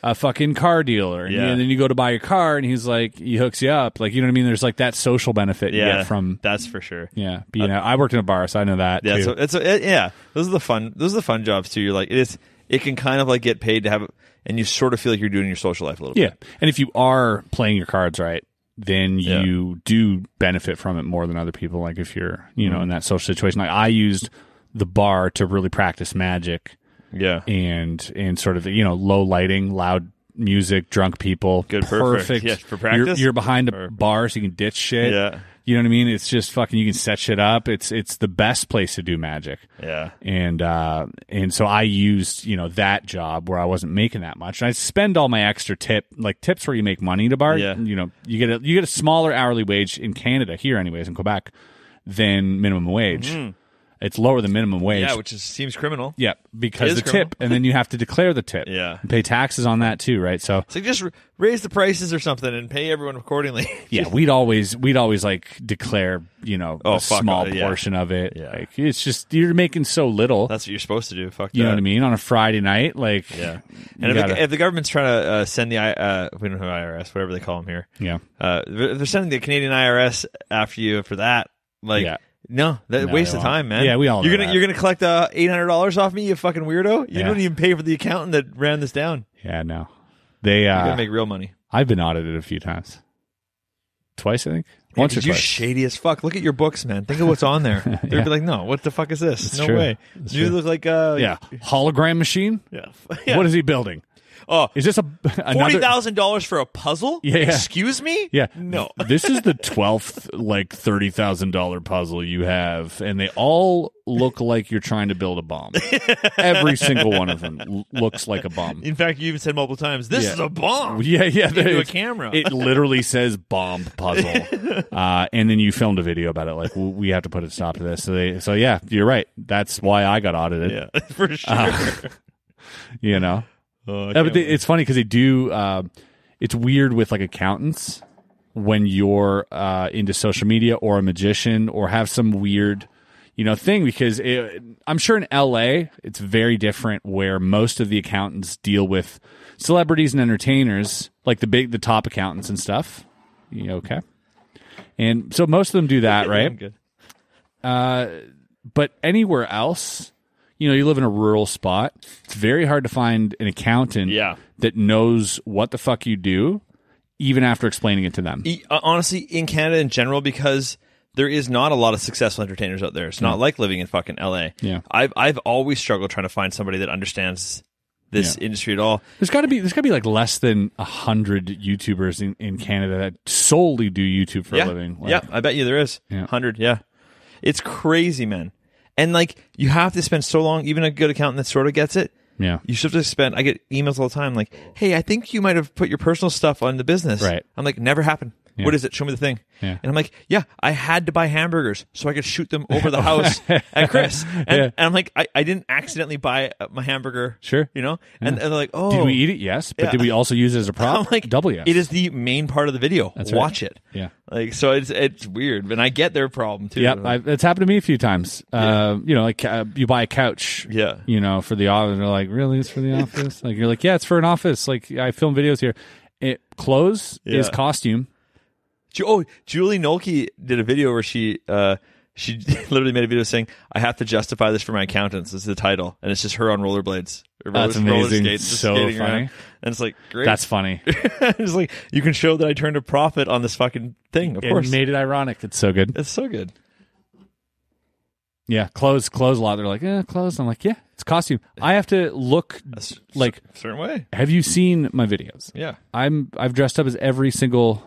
a fucking car dealer and,
Yeah.
and then you go to buy your car and he's like he hooks you up like you know what I mean. There's like that social benefit you
Yeah. Uh,
get from
that's for sure.
yeah being. out. I worked in a bar, so I know that.
Yeah,
too.
so it's it, yeah. Those are the fun. Those are the fun jobs too. You're like it is. It can kind of like get paid to have, and you sort of feel like you're doing your social life a little
Yeah, and if you are playing your cards right, then
Yeah.
you do benefit from it more than other people. Like if you're, you
Mm-hmm.
know, in that social situation. Like I used the bar to really practice magic
Yeah.
and and sort of you know low lighting, loud music, drunk people.
Good, perfect. Yes, for practice?
You're, you're behind a
Perfect.
bar, so you can ditch shit.
Yeah.
You know what I mean? It's just fucking. You can set shit up. It's it's the best place to do magic.
Yeah.
And uh, and so I used you know that job where I wasn't making that much. And I spend all my extra tip like tips where you make money to bar.
Yeah.
You know you get a you get a smaller hourly wage in Canada here anyways in Quebec than minimum wage. It's lower than minimum wage.
Mm-hmm. Yeah, which is, seems criminal.
Yeah, because
It is
the tip, and then you have to declare the tip.
Yeah.
And pay taxes on that too, right? So
It's like just r- raise the prices or something and pay everyone accordingly.
yeah, we'd always we'd always like declare, you know,
Oh,
a
fuck,
small
uh, yeah.
portion of it.
Yeah.
Like it's just you're making so little.
That's what you're supposed to do. Fuck
you know
that.
what I mean? On a Friday night, like
Yeah.
you
And if,
gotta-
the, if the government's trying to uh, send the I- uh, we don't have IRS, whatever they call them here.
yeah,
Uh, if they're sending the Canadian IRS after you for that. Like,
Yeah.
no, that
No,
waste
they
of
won't.
time, man.
Yeah, we all
you're
know
gonna
that.
you're gonna collect uh, eight hundred dollars off me, you fucking weirdo. You
Yeah.
don't even pay for the accountant that ran this down.
yeah, no, they.
You
uh
gotta make real money.
I've been audited a few times, twice I think,
Yeah,
once
'cause
or
you
twice.
shady as fuck. Look at your books, man. Think of what's on there. They'd
Yeah.
be like, no, what the fuck is this? no
true.
way.
It's
you
true.
look like uh,
yeah, hologram machine.
yeah.
What is he building?
oh
Is this a
forty
another?
thousand dollars for a puzzle?
Yeah, yeah.
Excuse me?
Yeah.
No.
this is the 12th, like, $30,000 puzzle you have, and they all look like you're trying to build a bomb. Every single one of them l- looks like a bomb.
In fact, you even said multiple times, "This
Yeah.
is a bomb."
Yeah, yeah.
Into
there-
a camera.
It literally says bomb puzzle. uh, and then you filmed a video about it. Like, w- we have to put a stop to this. So, they, so yeah, you're right. That's why I got audited,
Yeah, for sure.
Ah. you know?
Oh, I
Yeah,
can't
but they,
believe-
it's funny because they do. Uh, it's weird with like accountants when you're uh, into social media or a magician or have some weird, you know, thing because it, I'm sure in LA it's very different where most of the accountants deal with celebrities and entertainers, like the big, the top accountants and stuff. You okay? And so most of them do that, right?
I'm good.
but anywhere else, you know, you live in a rural spot, it's very hard to find an accountant
Yeah.
that knows what the fuck you do, even after explaining it to them.
E- uh, Honestly, in Canada in general, because there is not a lot of successful entertainers out there. It's not like living in fucking LA.
Yeah.
I've I've always struggled trying to find somebody that understands this
Yeah.
industry at all.
There's got to be there's got to be like less than a hundred YouTubers in, in Canada that solely do YouTube for
yeah,
a living. Like,
yeah, I bet you there is
Yeah.
hundred. Yeah, it's crazy, man. And like you have to spend so long. Even a good accountant that sort of gets it.
yeah,
You should have spent. I get emails all the time like, "Hey, I think you might have put your personal stuff on the business."
Right.
I'm like, "Never happened.
Yeah.
What is it? Show me the thing."
Yeah.
And I'm like, "Yeah, I had to buy hamburgers so I could shoot them over the house at Chris." And, and I'm like, I, "I didn't accidentally buy uh, my hamburger."
Sure.
You know. And, and they're like, "Oh,
Did we eat it? Yes, but
Yeah.
did we also use it as a
I'm
prop?
like,
double yes.
It is the main part of the video.
That's right.
Watch it.
Yeah.
Like so, it's it's weird, and I get their problem too.
Yep, I've, it's happened to me a few times. Uh, you know, like uh, you buy a couch.
Yeah.
You know, for the office, they're like, "Really, it's for the office?" like you're like, "Yeah, it's for an office." Like I film videos here. It clothes is
Yeah.
costume.
Ju- Oh, Julie Nolke did a video where she uh, she literally made a video saying, "I have to justify this for my accountants." This is the title, and it's just her on rollerblades. or
That's
roller- roller
amazing.
skates, just
So
skating
funny.
around. and it's like great.
That's funny.
it's like you can show that I turned a profit on this fucking thing. Of
it
course,
made it ironic. It's so good.
it's so good.
Yeah, clothes, clothes a lot. They're like, "Yeah, clothes." I'm like, "Yeah, it's costume." I have to look
s-
like.
Certain way,
Have you seen my videos?
yeah,
I'm I've dressed up as every single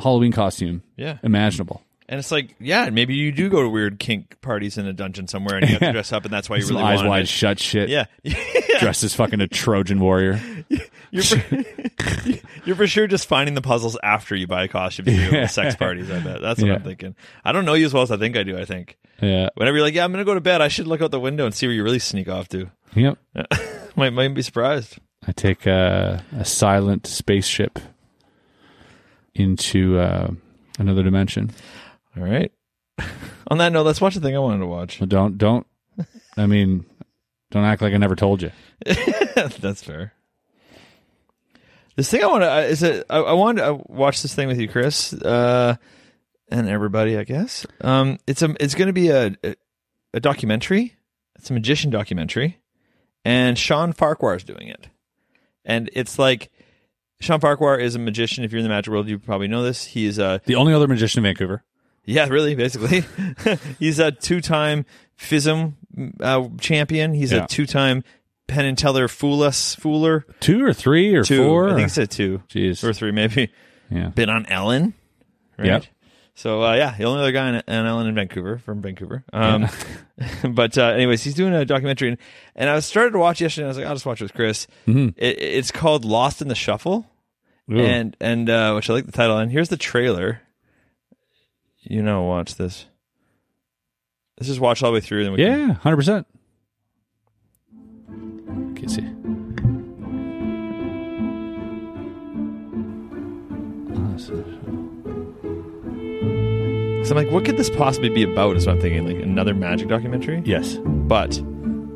Halloween costume
yeah.
imaginable.
And it's like, yeah, maybe you do go to weird kink parties in a dungeon somewhere, and you have to dress up, and that's why you
Some
really
eyes
wanted
wide
it.
shut shit.
Yeah,
Dressed as fucking a Trojan warrior.
You're for, you're for sure just finding the puzzles after you buy costumes to do at sex parties. I bet that's what
Yeah.
I'm thinking. I don't know you as well as I think I do. I think
Yeah.
whenever you're like, yeah, I'm gonna go to bed. I should look out the window and see where you really sneak off to.
Yep.
might might be surprised.
I take a, a silent spaceship into uh, another dimension.
All right. On that note, let's watch the thing I wanted to watch.
But don't don't. I mean, don't act like I never told you.
that's fair. This thing I want to is it. I, I wanted to uh, watch this thing with you, Chris, uh, and everybody. I guess um, it's a it's going to be a, a a documentary. It's a magician documentary, and Sean Farquhar's doing it, and it's like Sean Farquhar is a magician. If you're in the magic world, you probably know this. He's uh,
The only other magician in Vancouver.
yeah, really, basically. he's a two-time FISM uh, champion. He's
Yeah.
a two-time Penn and Teller Fool Us Fooler.
Two or three or
Two,
four?
I think
or-
it's a two,
Jeez.
or three, maybe.
Yeah.
Been on Ellen, right?
Yep.
So uh, yeah, the only other guy on, on Ellen in Vancouver from Vancouver. Um, but uh, anyways, he's doing a documentary, and, and I was started to watch yesterday. and I was like, I'll just watch it with Chris. It, it's called Lost in the Shuffle
Mm-hmm. Ooh.
and and uh, which I like the title. And here's the trailer. You know, watch this. Let's just watch all the way through. Then we can-
yeah, 100%. Okay, see.
So I'm like, what could this possibly be about? Is what I'm thinking, like another magic documentary.
Yes. A
But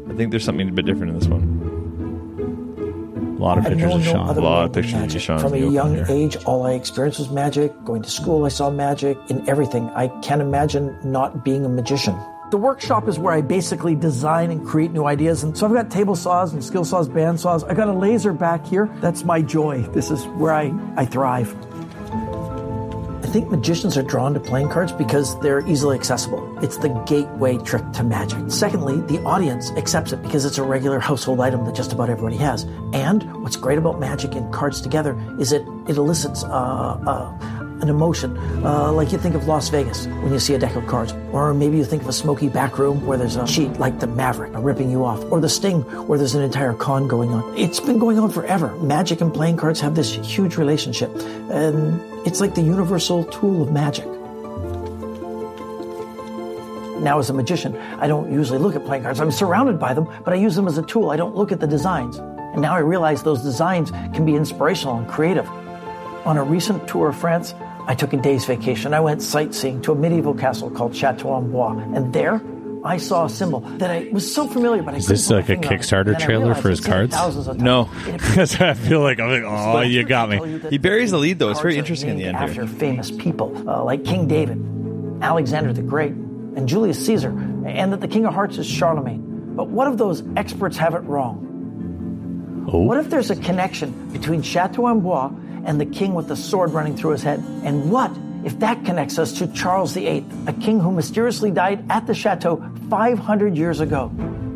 I think there's something a bit different in this one.
lot of
I've
pictures
known
of
no
Sean.
other
Lot of
world than
pictures of
magic.
Sean
From a
Yokel
young
here.
age, all I experienced was magic. Going to school, I saw magic in everything. I can't imagine not being a magician. The workshop is where I basically design and create new ideas. And so I've got table saws and skill saws, band saws. I've got a laser back here. That's my joy. This is where I, I thrive. I think magicians are drawn to playing cards because they're easily accessible. It's the gateway trick to magic. Secondly, the audience accepts it because it's a regular household item that just about everybody has. And what's great about magic and cards together is it it elicits uh, uh, an emotion, uh, like you think of Las Vegas when you see a deck of cards, or maybe you think of a smoky back room where there's a cheat like the Maverick ripping you off, or the Sting where there's an entire con going on. It's been going on forever. Magic and playing cards have this huge relationship, and it's like the universal tool of magic. Now, as a magician, I don't usually look at playing cards. I'm surrounded by them, but I use them as a tool. I don't look at the designs. And now I realize those designs can be inspirational and creative. On a recent tour of France, I took a day's vacation. I went sightseeing to a medieval castle called Chateau en Bois, and there I saw a symbol that I was so familiar, but I Is
this like a Kickstarter trailer for his cards?
No.
Because I feel like I'm like, oh, you got me.
He buries the lead, though. It's very
Cards are
interesting in the
named
end here.
After famous people uh, like King David, Alexander the Great, and Julius Caesar, and that the King of Hearts is Charlemagne. But what if those experts have it wrong? What if there's a connection between Chateau en Bois and the king with the sword running through his head? And what if that connects us to Charles VIII, a king who mysteriously died at the chateau 500 years ago?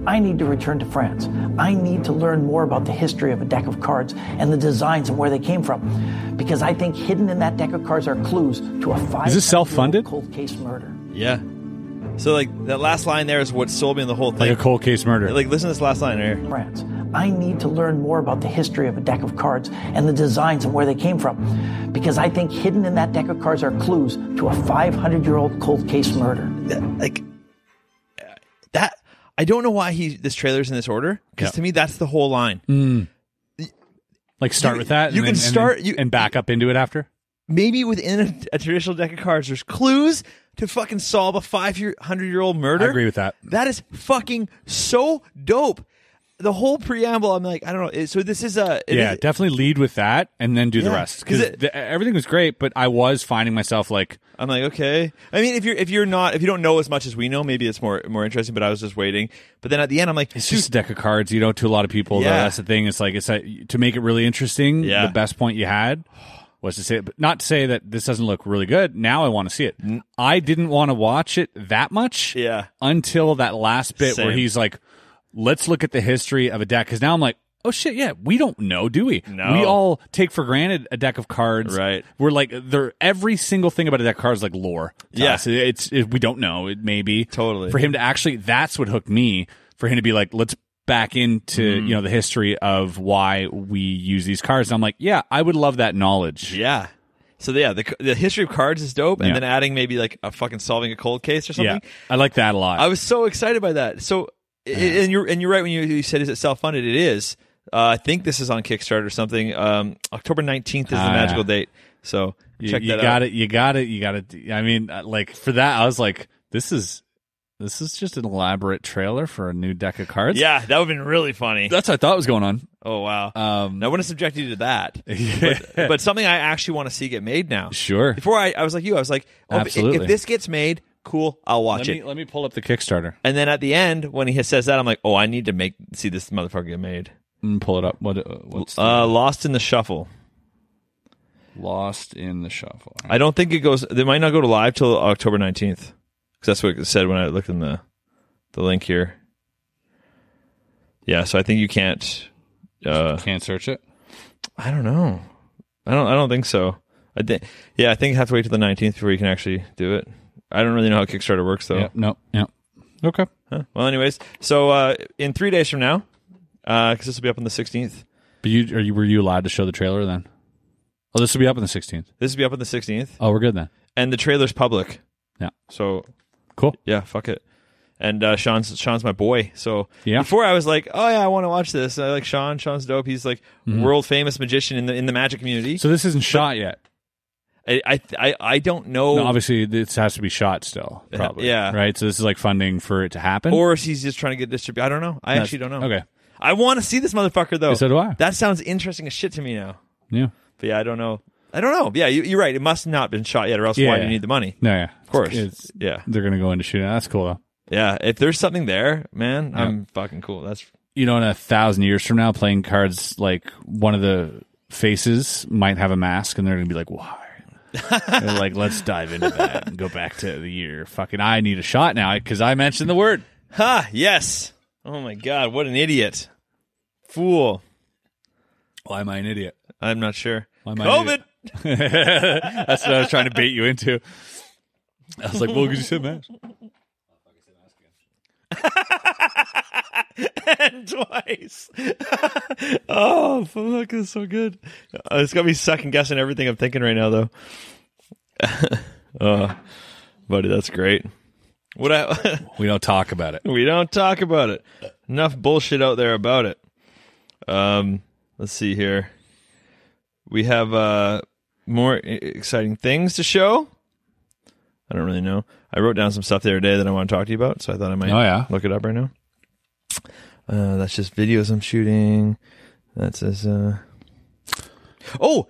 I need to return to France. I need to learn more about the history of a deck of cards and the designs and where they came from. Because I think hidden in that deck of cards are clues to a five
self-funded?
cold case murder.
Yeah. So like that last line there is what sold me in the whole
Like
thing.
a cold case murder.
Like, listen to this last line here.
France. I need to learn more about the history of a deck of cards and the designs and where they came from. Because I think hidden in that deck of cards are clues to a 500 year old cold case murder.
like that i don't know why he this trailer's in this order because
Yeah. Mm.
to me that's the whole line
Like start
You-
with that.
you
and then-
can start-
and,
you-
then- and back up into it after.
maybe within a, a traditional deck of cards there's clues to fucking solve a 500 year old murder
I agree with that.
that is fucking so dope the whole preamble i'm like i don't know it- so this is a it
yeah,
is-
definitely lead with that and then do the
Yeah,
rest
'cause
because
it-
everything was great, but I was finding myself like
i'm like okay i mean if you're if you're not if you don't know as much as we know maybe it's more more interesting but i was just waiting but then at the end i'm like
it's
dude,
just a deck of cards, you know, to a lot of people. though,
Yeah.
that's the thing. It's like it's like, to make it really interesting.
Yeah.
the best point you had was to say, but not to say that this doesn't look really good. Now I want to see it. I didn't want to watch it that much.
Mm. Yeah.
until that last bit where
Same.
he's like, "Let's look at the history of a deck," because now I'm like. Oh shit! Yeah, we don't know, do we?
No.
We all take for granted a deck of cards.
Right.
We're like, they're every single thing about a deck of cards is like lore. to
Yeah.
us. It- it's it, we don't know. It maybe
Totally.
for him to actually that's what hooked me for him to be like let's back into
Mm.
you know the history of why we use these cards and i'm like yeah i would love that knowledge
Yeah. So yeah, the the history of cards is dope, and
Yeah.
then adding maybe like a fucking solving a cold case or
Yeah.
something.
i like that a lot
I was so excited by that. So i- and you're and you're right when you, you said is it self funded? It is. Uh, I think this is on Kickstarter or something. Um, October nineteenth is the
Ah,
magical
yeah.
date. So
you,
check
you
that
got
out.
it you got it you got it i mean uh, like for that i was like this is this is just an elaborate trailer for a new deck of cards
Yeah, that would have been really funny.
that's what i thought was going on
oh wow.
um
I wouldn't subject you to that. But, but something I actually want to see get made now.
Sure.
Before I, I was like you, I was like, oh, if-
Absolutely.
if this gets made, cool, I'll watch
let
it.
me, let me pull up the kickstarter
and then at the end, when he says that, I'm like, oh, I need to make see this motherfucker get made.
and pull it up what uh, what's the-
Uh, Lost in the Shuffle.
Lost in the shuffle.
I don't think it goes. They might not go to live till October nineteenth, because that's what it said when I looked in the the link here. Yeah, so I think you can't. Uh,
Can't search it.
I don't know. I don't. I don't think so. I think. Yeah, I think you have to wait till the nineteenth before you can actually do it. I don't really know how Kickstarter works though.
Yep. Nope. Yep. Okay.
Huh. Well, anyways, so uh, in three days from now, because this will be up on the sixteenth.
But you are you were you allowed to show the trailer then? Oh, this will be up on the sixteenth.
This will be up on the sixteenth,
Oh, we're good then.
and the trailer's public.
Yeah.
So
Cool.
Yeah, fuck it. And uh, Sean's Sean's my boy. So
Yeah.
before I was like, oh yeah, I want to watch this. I like Sean. Sean's dope. He's like world famous magician in the in the magic community.
Mm-hmm. So this isn't shot yet.
I I I, I don't know.
No, obviously, this has to be shot still, probably.
yeah.
Right. So this is like funding for it to happen.
or if he's just trying to get distributed. I don't know. I actually don't know.
okay.
I want to see this motherfucker though.
So do I.
That sounds interesting as shit to me now.
yeah.
But yeah, I don't know. I don't know. Yeah, you, you're right. It must not been shot yet, or else why
Yeah.
do you need the money?
No. Yeah. Of
course.
It's,
Yeah.
They're gonna go into shooting. That's cool though.
Yeah. If there's something there, man, I'm fucking cool. That's
You know, in a thousand years from now, playing cards like one of the faces might have a mask, and they're gonna be like, why? They're like, let's dive into that and go back to the year. Fucking, I need a shot now because I mentioned the word.
ha. Yes. Oh my god, what an idiot, fool.
Why am I an idiot?
I'm not sure.
Why am I an
COVID.
idiot? That's what I was trying to bait you into. I was like, well, could you say mask?
and twice. oh, fuck, this is so good. Uh, it's got me second guessing everything I'm thinking right now, though. uh, buddy, that's great. What I
We don't talk about it.
we don't talk about it. Enough bullshit out there about it. Um, let's see here. We have uh more e- exciting things to show. I don't really know. I wrote down some stuff the other day that I want to talk to you about, so I thought I might
Oh, yeah.
look it up right now. Uh, that's just videos I'm shooting. That's just, uh Oh,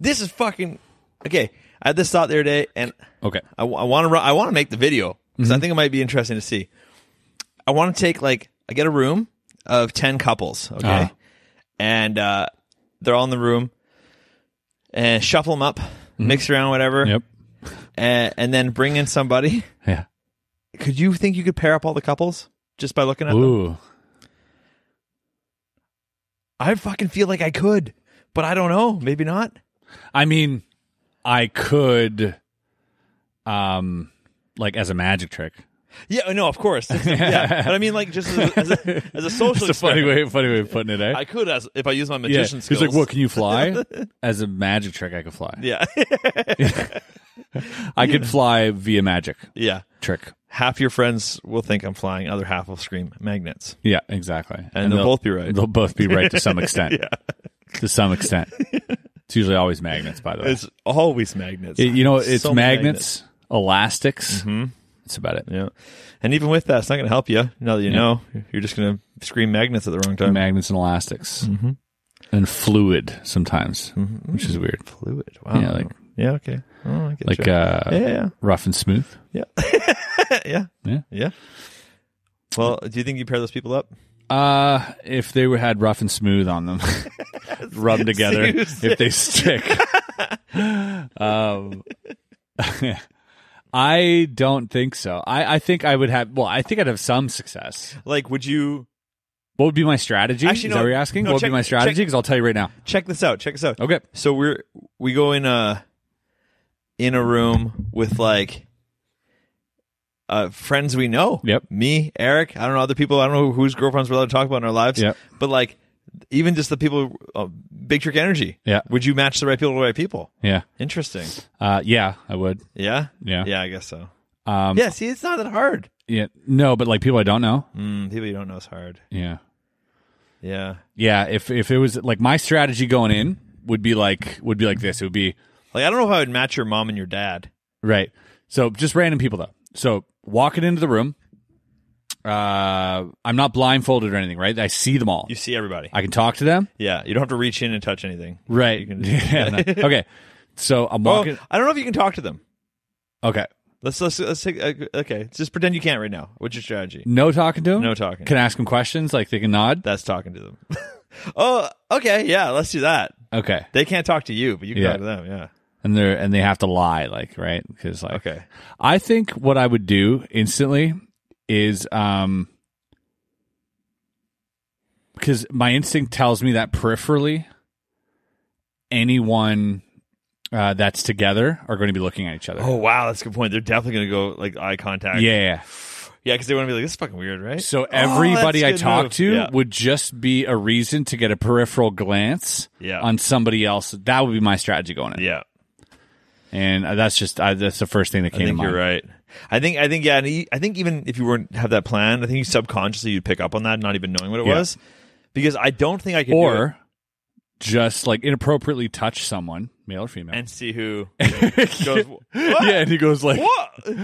this is fucking okay. I had this thought the other day, and
Okay.
I want to I want to make the video because
Mm-hmm.
I think it might be interesting to see. I want to take like I get a room of ten couples, okay,
Ah.
and uh, they're all in the room, and shuffle them up, mix around whatever,
Mm-hmm. Yep.
and, and then bring in somebody.
Yeah.
Could you think you could pair up all the couples just by looking at them?
Ooh.
I fucking feel like I could, but I don't know. Maybe not.
I mean, I could, um, like as a magic trick.
Yeah, oh, no, of course. yeah, but I mean, like just as a, as a, as a social.
It's a funny
experiment.
way, funny way of putting it. Eh?
I could as if I use my
yeah.
magician
He's
skills.
like, "What can you fly?" as a magic trick, I could fly.
Yeah,
I could fly via magic
yeah.
trick.
half your friends will think I'm flying, other half will scream magnets.
Yeah, exactly. And,
they'll both be right.
They'll both be right to some extent. To some extent. It's usually always magnets, by the way.
It's always magnets.
It- you know, it's
So many
magnets, elastics. Mm-hmm. That's about it.
Yeah. And even with that, it's not going to help you. Now that you know, you're just going to scream magnets at the wrong time.
Magnets and elastics. Mm-hmm. And fluid sometimes,
Mm-hmm.
which is weird.
Fluid. Wow.
Yeah, like-
yeah okay. Oh, I get
Like
you.
uh,
yeah,
rough and smooth.
yeah, yeah. yeah.
Yeah.
Yeah. Well, do you think you pair those people up?
Uh, if they were, had rough and smooth on them, rub 'em together, if they stick. um, I don't think so. I, I think I would have, well, I think I'd have some success.
Like, would you
What would be my strategy? Is
Actually, no,
that what you're asking?
no,
what
check-
would be my strategy?
check-
Because I'll tell you right now.
check this out? Check this out.
Okay.
So we're we go in a in a room with like uh friends we know.
Yep.
Me, Eric. I don't know other people. I don't know whose girlfriends we're allowed to talk about in our lives.
Yep.
But like even just the people, uh, big trick energy.
Yeah.
Would you match the right people to the right people?
Yeah.
Interesting.
Uh, yeah, I would.
Yeah.
Yeah.
Yeah. I guess so.
Um,
Yeah. See, it's not that hard.
yeah. No, but like people I don't know.
Mm, people you don't know is hard.
Yeah.
Yeah.
Yeah. If, if it was like my strategy going in would be like, would be like this. It would be,
Like I don't know if I would match your mom and your dad.
Right. So just random people though. So walking into the room, uh, I'm not blindfolded or anything, right? I see them all.
You see everybody.
I can talk to them.
Yeah. You don't have to reach in and touch anything.
Right.
can-
Yeah, no. Okay. So I'm
Oh,
walking.
I don't know if you can talk to them.
Okay.
Let's let's let's take uh, okay. Just pretend you can't right now. What's your strategy?
No talking to them.
No talking.
Can I ask them questions? Like they can nod.
That's talking to them. oh, okay, yeah, let's do that.
Okay.
They can't talk to you, but you can
Yeah.
talk to them. Yeah.
and they're and they have to lie like right because like
Okay.
i think what i would do instantly is um because my instinct tells me that peripherally anyone uh, that's together are going to be looking at each other
Oh wow, that's a good point. They're definitely gonna go like eye contact.
yeah
yeah, because they want to be like this is fucking weird, right?
so
Oh, that's
everybody
a
i
good
talk
move.
to
Yeah.
would just be a reason to get a peripheral glance
Yeah.
on somebody else that would be my strategy going in
yeah.
and uh, that's just I, that's the first thing that
I
came to
think
mind
you're right. I think I think yeah, and e- I think even if you weren't have that plan, I think you subconsciously you'd pick up on that, not even knowing what it
Yeah.
was, because I don't think I could do it
or just like inappropriately touch someone, male or female.
and see who goes. "What?
yeah, and he goes like,
What?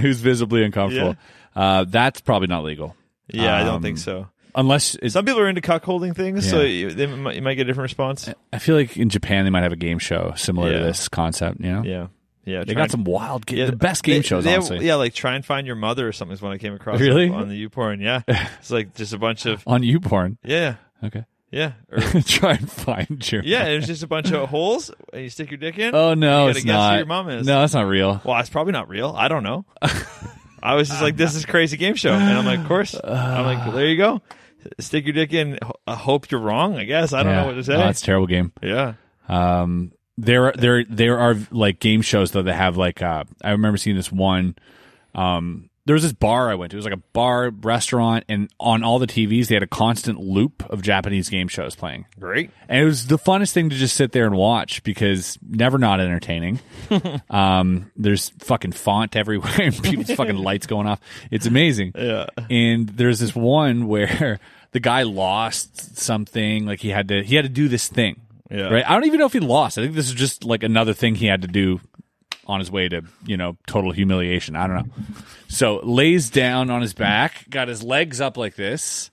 who's visibly uncomfortable. Uh, that's probably not legal
Yeah, I don't
Um,
think so.
unless it's.
Some people are into cuckolding things, so
Yeah.
you, they might, you might get a different response.
I feel like in Japan they might have a game show similar to
Yeah.
this concept. You know,
Yeah, yeah.
they
try
got
and-
some wild, ga-
yeah,
the best game
they-
shows.
they-
honestly,
yeah, like try and find your mother or something is when I came across.
Really?
on- on the YouPorn. Yeah, it's like just a bunch of
on YouPorn.
yeah,
Okay,
yeah, or,
try and find your.
yeah. It's just a bunch of holes, and you stick your dick in.
Oh no,
You gotta
it's
guess who
not.
your mom is.
No, that's not real.
Well, it's probably not real. I don't know. I was just like, this is crazy game show, and I'm like, of course. I'm like,
Uh.
well, there you go. Stick your dick in. Ho- I hope you're wrong. I guess I don't
Yeah.
know what to say.
No, it's a terrible game.
yeah.
Um, there, are- there, there are like game shows though that have like. Uh, I remember seeing this one. Um, there was this bar I went to. It was like a bar restaurant, and on all the TVs they had a constant loop of Japanese game shows playing.
Great.
And it was the funnest thing to just sit there and watch because never not entertaining. um, there's fucking font everywhere and people's fucking lights going off. It's amazing. Yeah. And there's this one where the guy lost something. Like he had to he had to do this thing.
Yeah.
Right. I don't even know if he lost. I think this is just like another thing he had to do on his way to you know total humiliation. I don't know. So lays down on his back, got his legs up like this.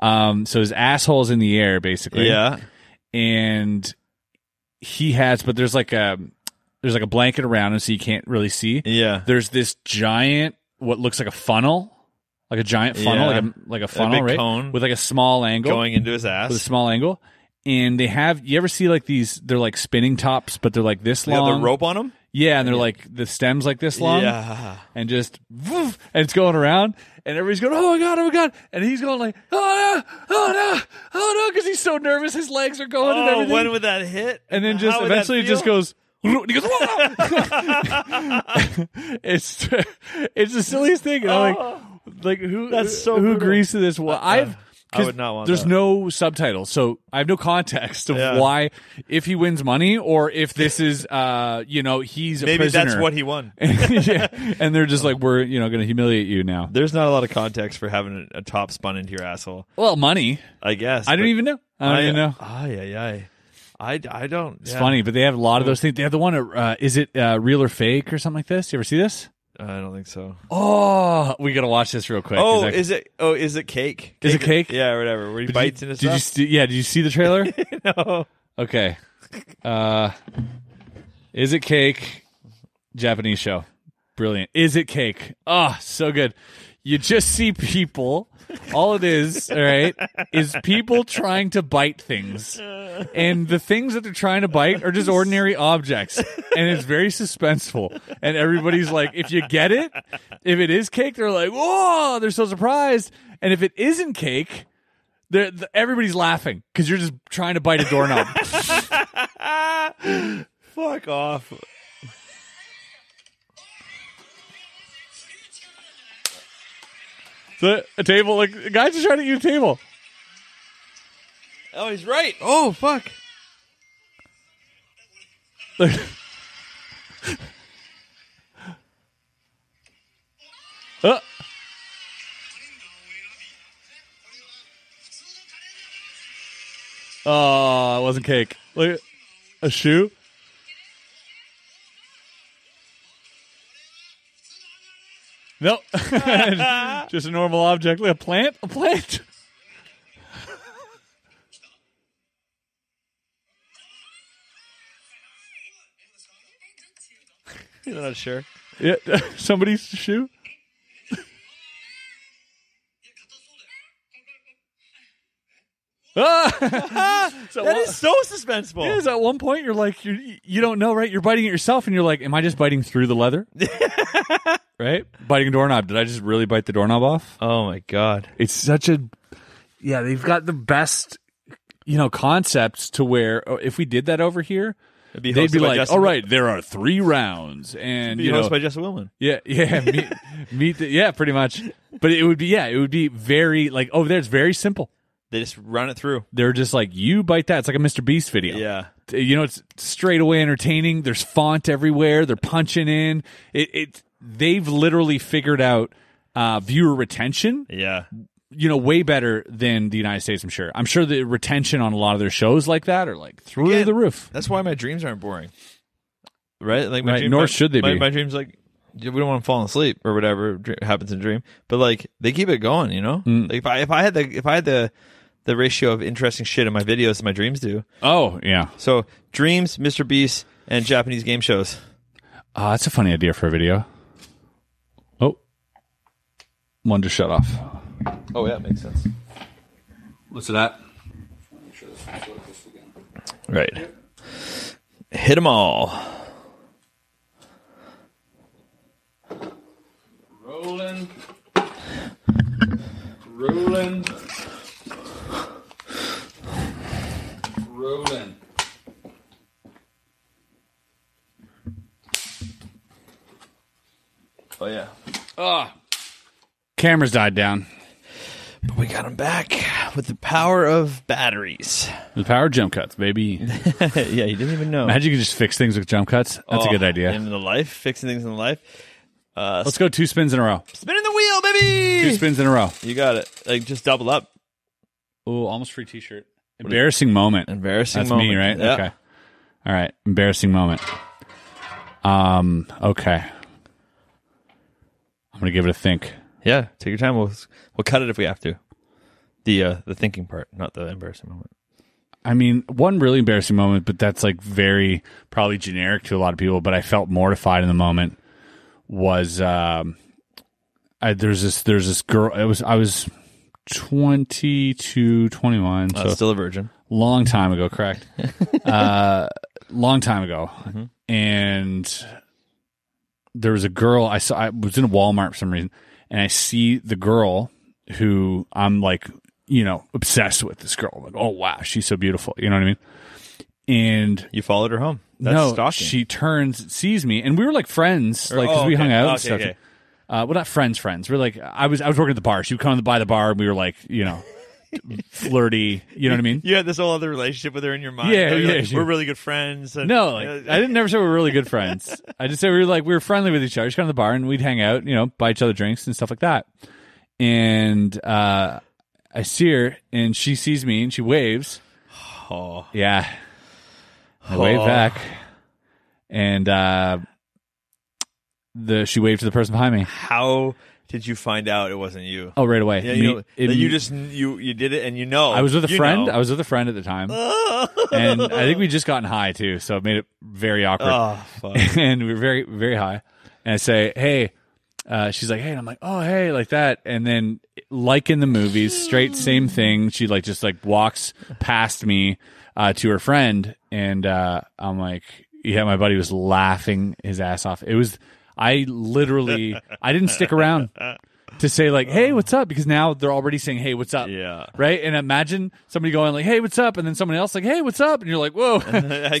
Um, so his asshole's in the air basically
Yeah.
and he has but there's like a there's like a blanket around him so you can't really see
Yeah.
there's this giant what looks like a funnel like a giant funnel
Yeah.
like a like a funnel
big
right
cone.
with like a small angle
Going into his ass.
with a small angle and they have you ever see like these they're like spinning tops but they're like this
They got
long
the rope on him.
yeah and they're like the stems like this long
Yeah.
and just woof, and it's going around and everybody's going oh my god oh my god and he's going like oh no oh no oh no because he's so nervous his legs are going and
Oh,
everything
when would that hit?
and then just
How would that
eventually it just
feel?
goes. and he goes, it's it's the silliest thing. And I'm like, like who
Oh. That's so
who
brutal. Uh,
agrees to this? Well, I've.
I would not want
There's
that.
no subtitles, so I have no context of
Yeah.
why if he wins money or if this is, uh, you know, he's a
Maybe
prisoner.
that's what he won.
yeah, and they're just like, we're you know going to humiliate you now.
There's not a lot of context for having a, a top spun into your asshole.
Well, money.
I guess.
I don't
but-
even know. I don't even
uh,
know.
Ay, ay, ay. I, I don't.
It's funny, but they have a lot of those things. They have the one, uh, is it uh, real or fake or something like this? You ever see this?
I don't think so.
Oh, we gotta watch this real quick.
Oh,
Is that-
is it? Oh, is it cake?
Is it cake?
Yeah, whatever. Where he
did
bites
you,
into
did you
stuff.
see- yeah, did you see the trailer? no. Okay. Uh, is it cake? Japanese show. Brilliant. Is it cake? Oh, so good. You just see people. All it is, all right, is people trying to bite things. And the things that they're trying to bite are just ordinary objects. And it's very suspenseful. And everybody's like, if you get it, if it is cake, they're like, whoa, they're so surprised. And if it isn't cake, they're, th- everybody's laughing because you're just trying to bite a doorknob.
Fuck off.
the a table, like the guys just trying to eat a table.
Oh, he's right. Oh, fuck.
Uh, oh, it wasn't cake. Like a shoe. Nope, just a normal object. Like a plant. A plant.
He's not sure.
Yeah, somebody's shoe. So
That
one-
is so suspenseful.
It is at one point you're like you you don't know right. You're biting it yourself, and you're like, "Am I just biting through the leather? right? Biting a doorknob? Did I just really bite the doorknob off?
Oh my god.
It's such a yeah. They've got the best you know concepts to where oh, if we did that over here,
be
they'd
hosted
be
by
like,
Justin-
"All right, there are three rounds, and
Be
you know,
hosted by Jessica Willman.
yeah, yeah, meet, meet the, yeah, pretty much." But it would be yeah, it would be very like oh, there it's very simple.
They just run it through.
They're just like you bite that. It's like a Mr. Beast video
Yeah.
you know it's straight away entertaining there's font everywhere they're punching in it, it they've literally figured out uh, viewer retention
Yeah.
you know way better than the united states i'm sure i'm sure the retention on a lot of their shows like that are like through
Again,
the roof
That's why my dreams aren't boring. Right? Like my
Right,
dream-
nor
my-
should they
my,
be.
My dreams like we don't want to fall asleep or whatever dr- happens in dream, but like they keep it going, you know?
Mm.
Like if I if I had the if I had the the ratio of interesting shit in my videos that my dreams do.
oh yeah
So dreams, Mr. Beast, and Japanese game shows.
uh, that's a funny idea for a video oh one just shut off
Oh yeah, makes sense.
listen to that
Right. Hit them all.
Rolling. Rolling. Rolling.
Oh yeah.
cameras died down
But we got them back with the power of batteries.
the power of jump cuts baby
yeah, you didn't even know.
imagine you could just fix things with jump cuts that's a
Oh,
good idea
In the life, fixing things in life.
let's go two spins in a row
Spinning the wheel,
two
baby.
spins in a row
You got it. Like just double up.
Oh, almost free T-shirt. Embarrassing moment.
Embarrassing
That's me,
moment.
right?
Yeah.
Okay. All right. Embarrassing moment. Um. Okay. I'm gonna give it a think.
Yeah, take your time. We'll we'll cut it if we have to. The uh, the thinking part, not the embarrassing moment.
I mean, one really embarrassing moment, but that's like very probably generic to a lot of people. But I felt mortified in the moment. Was um, I, there's this there's this girl. It was I was 22, 21.
Uh,
so
still a virgin.
long time ago, correct? uh, long time ago,
Mm-hmm.
and there was a girl I saw. I was in a Walmart for some reason, and I see the girl who I'm like, you know, obsessed with. This girl, like, oh wow, she's so beautiful. You know what I mean? And
You followed her home. That's
no,
stalking.
she turns, sees me, and we were like friends, like 'cause
oh,
we hung
okay.
out. and
Okay,
stuff.
okay.
Uh, well, not friends, friends. We We're like, I was, I was working at the bar. She would come by the bar, and we were like, you know, flirty. You know what I mean?
You had this whole other relationship with her in your mind.
Yeah,
You're
yeah,
like,
she-
we're really good friends. and- uh,
No, like I didn't never say we were really good friends. I just said we were like we were friendly with each other. Just go to the bar and we'd hang out, you know, buy each other drinks and stuff like that. And uh, I see her and she sees me and she waves.
Oh.
Yeah, I wave
Oh.
back, and uh, the she waved to the person behind me.
How did you find out it wasn't you?
Oh, right away.
yeah,
Me-
you, know,
it-
that you just kn- you you did it, and you know.
I was with a
You
friend.
know.
I was with a friend at the time, and I think we just gotten high too, so it made it very awkward.
oh fuck.
and we were very very high and i say hey uh, she's like hey and i'm like oh hey like that and then like in the movies straight same thing she like just like walks past me uh, to her friend and uh, i'm like yeah my buddy was laughing his ass off it was i literally i didn't stick around to say like hey what's up because now they're already saying hey what's up
Yeah.
right and imagine somebody going like hey what's up and then somebody else like hey what's up and you're like whoa
I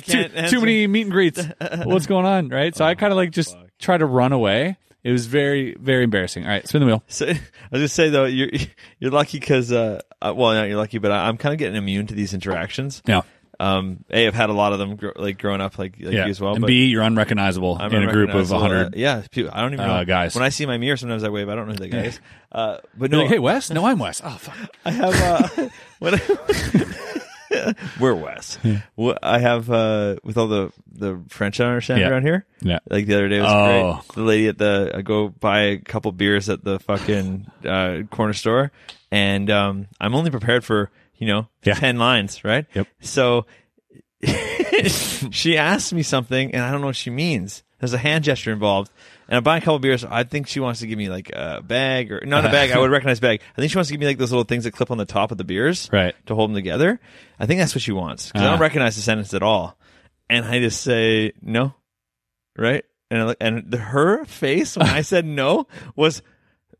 too,
can't
too
answer. Oh,
many meet and greets. What's going on, right? So I kind of like just try to run away. It was very, very embarrassing. All right, spin the wheel.
So, I was gonna say though, you're you're lucky because uh, uh, well, not you're lucky, but I, I'm kind of getting immune to these interactions.
Yeah,
Um, a, I've had a lot of them gr- like growing up, like, like
yeah.
you as well.
and
but
B, you're unrecognizable
I'm
in a group of
unrecognizable,
100.
uh, yeah, people, I don't even know
uh, guys.
When I see my mirror, sometimes I wave. I don't know who that guy is. Uh, but
You're
no,
like, hey, Wes? No, I'm Wes. Oh, fuck.
I have. Uh, when I- we're Wes. Wh- I have uh, with all the the French I understand
Yeah.
around here.
Yeah.
Like the other day was
Oh.
great. The lady at the I go buy a couple beers at the fucking uh, corner store, and um, I'm only prepared for you know
Yeah.
ten lines, right?
Yep.
So she asked me something, and I don't know what she means. There's a hand gesture involved, and I'm buying a couple beers. I think she wants to give me like a bag or not a bag. I would recognize bag. I think she wants to give me like those little things that clip on the top of the beers,
Right.
to hold them together. I think that's what she wants 'cause I
Ah.
don't recognize the sentence at all, and I just say no, right? And I look, and the, her face when I said no was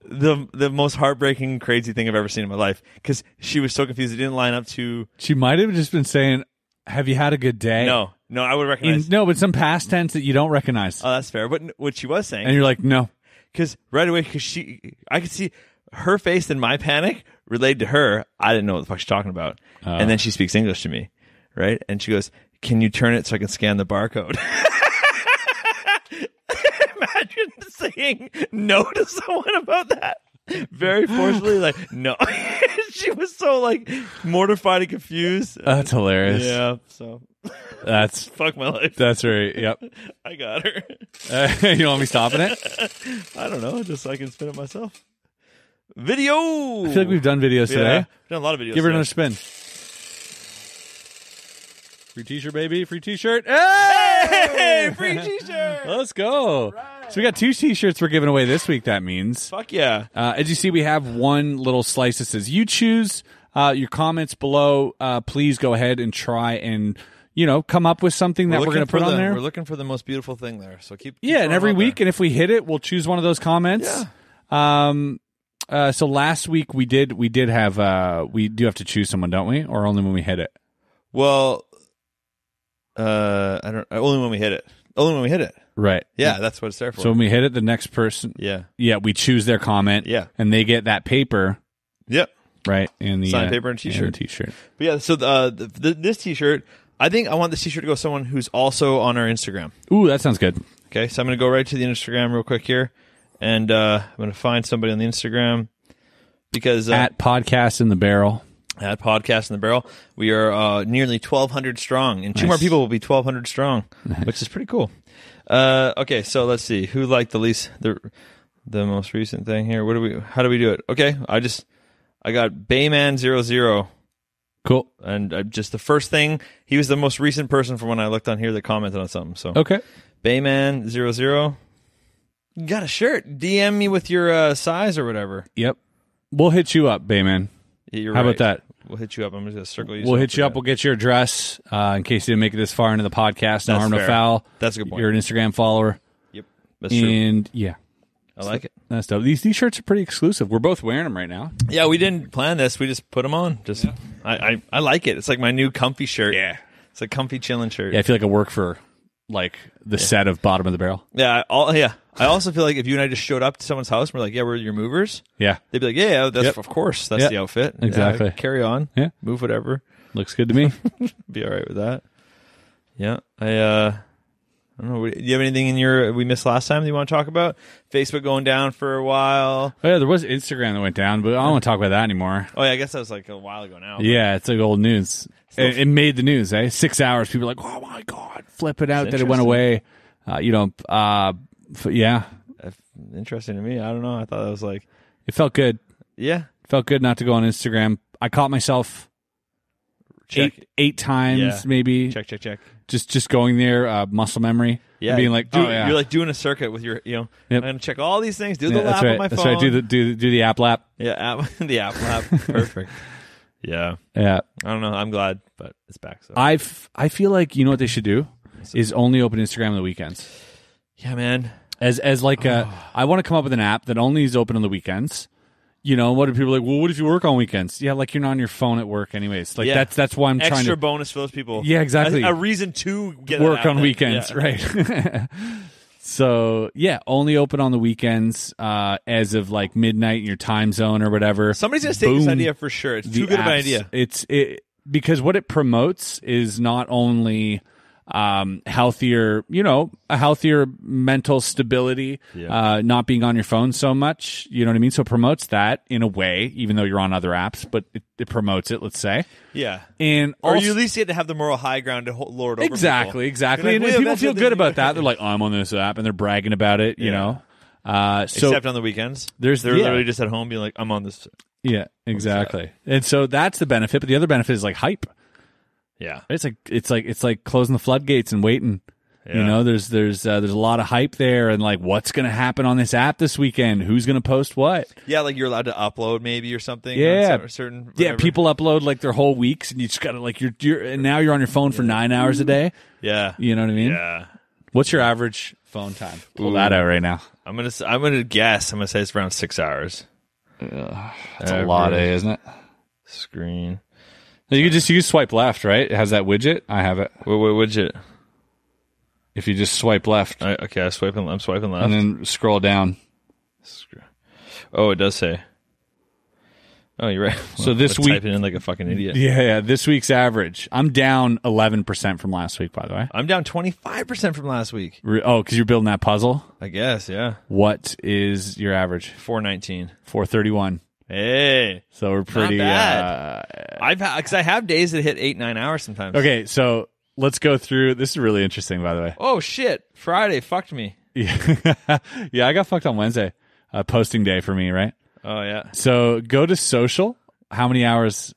the the most heartbreaking, crazy thing I've ever seen in my life because she was so confused. It didn't line up to
She might have just been saying, "Have you had a good day?"
no, no. I would
In,
recognize.
no, but some past tense that you don't recognize,
Oh, that's fair. But n- what she was saying,
and you're like, "No."
because right away, because she, I could see her face in my panic related to her. I didn't know what the fuck she's talking about, and
Uh.
then she speaks English to me, right? And she goes, "Can you turn it so I can scan the barcode?" Imagine saying no to someone about that. Very forcefully, like no. she was so like mortified and confused.
That's hilarious.
yeah, so
That's
fuck my life.
that's right. Yep.
I got her.
Uh, you don't want me stopping it?
I don't know, just so I can spin it myself. Video.
I feel like we've done videos today.
We've done a lot of videos.
Give her
today.
another spin. Free T-shirt, baby. Free T-shirt. Hey!
Hey, free T-shirt.
Let's go. So we got two T-shirts we're giving away this week. That means,
Fuck yeah.
uh, as you see, we have one little slice that says "You choose." Uh, your comments below. Uh, please go ahead and try and you know come up with something that we're
looking
going to put
for
on
the-
there.
We're looking for the most beautiful thing there. So keep. keep
Yeah, and
throwing
every
them out
week,
there.
and if we hit it, we'll choose one of those comments. Um, uh, so last week we did we did have uh we do have to choose someone, don't we? Or only when we hit it?
Well, uh, I don't. Only when we hit it. Only when we hit it.
Right.
Yeah, that's what it's there for.
So when we hit it, the next person,
yeah.
yeah, we choose their comment,
Yeah.
and they get that paper,
Yep.
right? And the uh,
Signed paper and
the
t-shirt.
t-shirt.
But yeah. So uh, the, the, this T-shirt, I think I want this T-shirt to go to someone who's also on our Instagram.
Ooh, that sounds good.
Okay, so I'm going to go right to the Instagram real quick here, and uh, I'm going to find somebody on the Instagram because uh,
At podcast in the barrel.
at Podcast in the Barrel, we are uh, nearly 1,200 strong, and two more people will be 1,200 strong, which is pretty cool. Uh, okay, so let's see who liked the least the the most recent thing here. What do we? How do we do it? Okay, I just I got Bayman 00
Cool.
and I, just the first thing he was the most recent person from when I looked on here that commented on something. So
Okay.
Bayman 00 You got a shirt. DM me with your uh, size or whatever.
Yep. We'll hit you up, Bayman.
Yeah, you're
How about
right.
that?
We'll hit you up. I'm just gonna circle you.
We'll
so I
hit you
forget.
up. We'll get your address uh, in case you didn't make it this far into the podcast. No
That's
harm, no
fair.
foul.
That's a good point.
You're an Instagram follower.
Yep, that's true.
And yeah,
I like it.
that's dope. These these shirts are pretty exclusive. We're both wearing them right now.
Yeah, we didn't plan this. We just put them on. Just I, I I like it. It's like my new comfy shirt. Yeah, it's a comfy chilling shirt.
Yeah, I
Yeah,
feel like I work for like the set of bottom of the barrel.
I, all, yeah. I also feel like if you and I just showed up to someone's house, and we're like, yeah, we're your movers.
Yeah,
They'd be like, yeah, yeah, that's
Yep.
of course, that's
Yep.
the outfit. Yeah,
Exactly.
carry on.
Yeah.
move whatever.
looks good to me.
Be all right with that. Yeah, I. uh I don't know. Do you have anything in your we missed last time that you want to talk about? Facebook going down for a while.
oh yeah, there was Instagram that went down, but I don't want to talk about that anymore.
Oh yeah, I guess that was like a while ago now.
Yeah, it's like old news. It, it made the news. Eh, six hours. People were like, oh my god, flip it out that it went
interesting.
away. Uh, you know, uh, f- yeah,
Interesting to me. I don't know. I thought that was like
it felt good.
yeah.
felt good not to go on Instagram. I caught myself
Check
eight eight times
Yeah.
maybe
check check check.
just just going there uh, muscle memory
Yeah,
and being like
do-
oh, yeah.
you're like doing a circuit with your you know.
Yep.
I'm gonna check all these things. Do
yeah,
the lap
that's right
on my
that's
phone.
right do the do, do the app lap
yeah app the app lap. Perfect. yeah,
yeah
I don't know. I'm glad, but it's back. So
I've I feel like you know what they should do is only open Instagram on the weekends
yeah, man.
as as like uh, I want to come up with an app that only is open on the weekends. You know what are people like? Well, what if you work on weekends? Yeah, like you're not on your phone at work, anyways. Like
Yeah.
that's that's why I'm
Extra
trying to
bonus for those people.
Yeah, exactly.
A, a reason to get
work
that app
on
in.
weekends,
Yeah.
right? so yeah, only open on the weekends uh, as of like midnight in your time zone or whatever.
Somebody's gonna take this
Boom.
idea for sure. It's
The
too good of an
apps.
idea.
It's it because what it promotes is not only um healthier you know a healthier mental stability uh not being on your phone so much you know what i mean so it promotes that in a way even though you're on other apps but it, it promotes it let's say
Yeah.
and
Or
also,
you at least get to have the moral high ground to hold, lord over people.
Exactly, exactly.
You're
and
like, "Well,
if people
that's
feel
what they
good
do."
about that. They're like, I'm on this app, and they're bragging about it, you
Yeah.
know? Uh, so,
Except on the weekends,
There's-
they're
yeah.
literally just at home being like, "I'm on this."
yeah, exactly. And so that's the benefit. But the other benefit is like hype.
Yeah,
It's like, it's like, it's like closing the floodgates and waiting. You know, there's there's uh, there's a lot of hype there, and like, what's going to happen on this app this weekend? Who's going to post what?
Yeah, like you're allowed to upload maybe or something. on
Yeah,
cer- certain.
yeah.
whatever.
People upload like their whole weeks, and you just got to like you're, you're and now you're on your phone for nine hours a day.
Yeah.
You know what I mean?
Yeah.
What's your average phone time? Pull that out right now.
I'm gonna. s- I'm gonna guess. I'm gonna say it's around six hours.
That's a lot, eh, isn't it?
Screen.
You can just you can swipe left, right? It has that widget. I have it.
What, what widget?
If you just swipe left
I, okay, I'm swiping. I'm swiping left.
and then scroll down,
Screw- Oh, it does say. Oh, you're right.
So this
I'm
week-
typing in like a fucking idiot.
yeah, yeah. This week's average. I'm down eleven percent from last week, by the way.
I'm down 25 percent from last week.
Re- Oh, because you're building that puzzle.
I guess. Yeah.
What is your average?
419.
Four thirty-one.
Hey,
So we're pretty.
bad.
Uh,
I've because I have days that hit eight nine hours sometimes.
okay, so let's go through. This is really interesting, by the way.
Oh shit! Friday fucked me.
Yeah, yeah. I got fucked on Wednesday, uh, posting day for me, right?
Oh yeah.
So go to social. How many hours?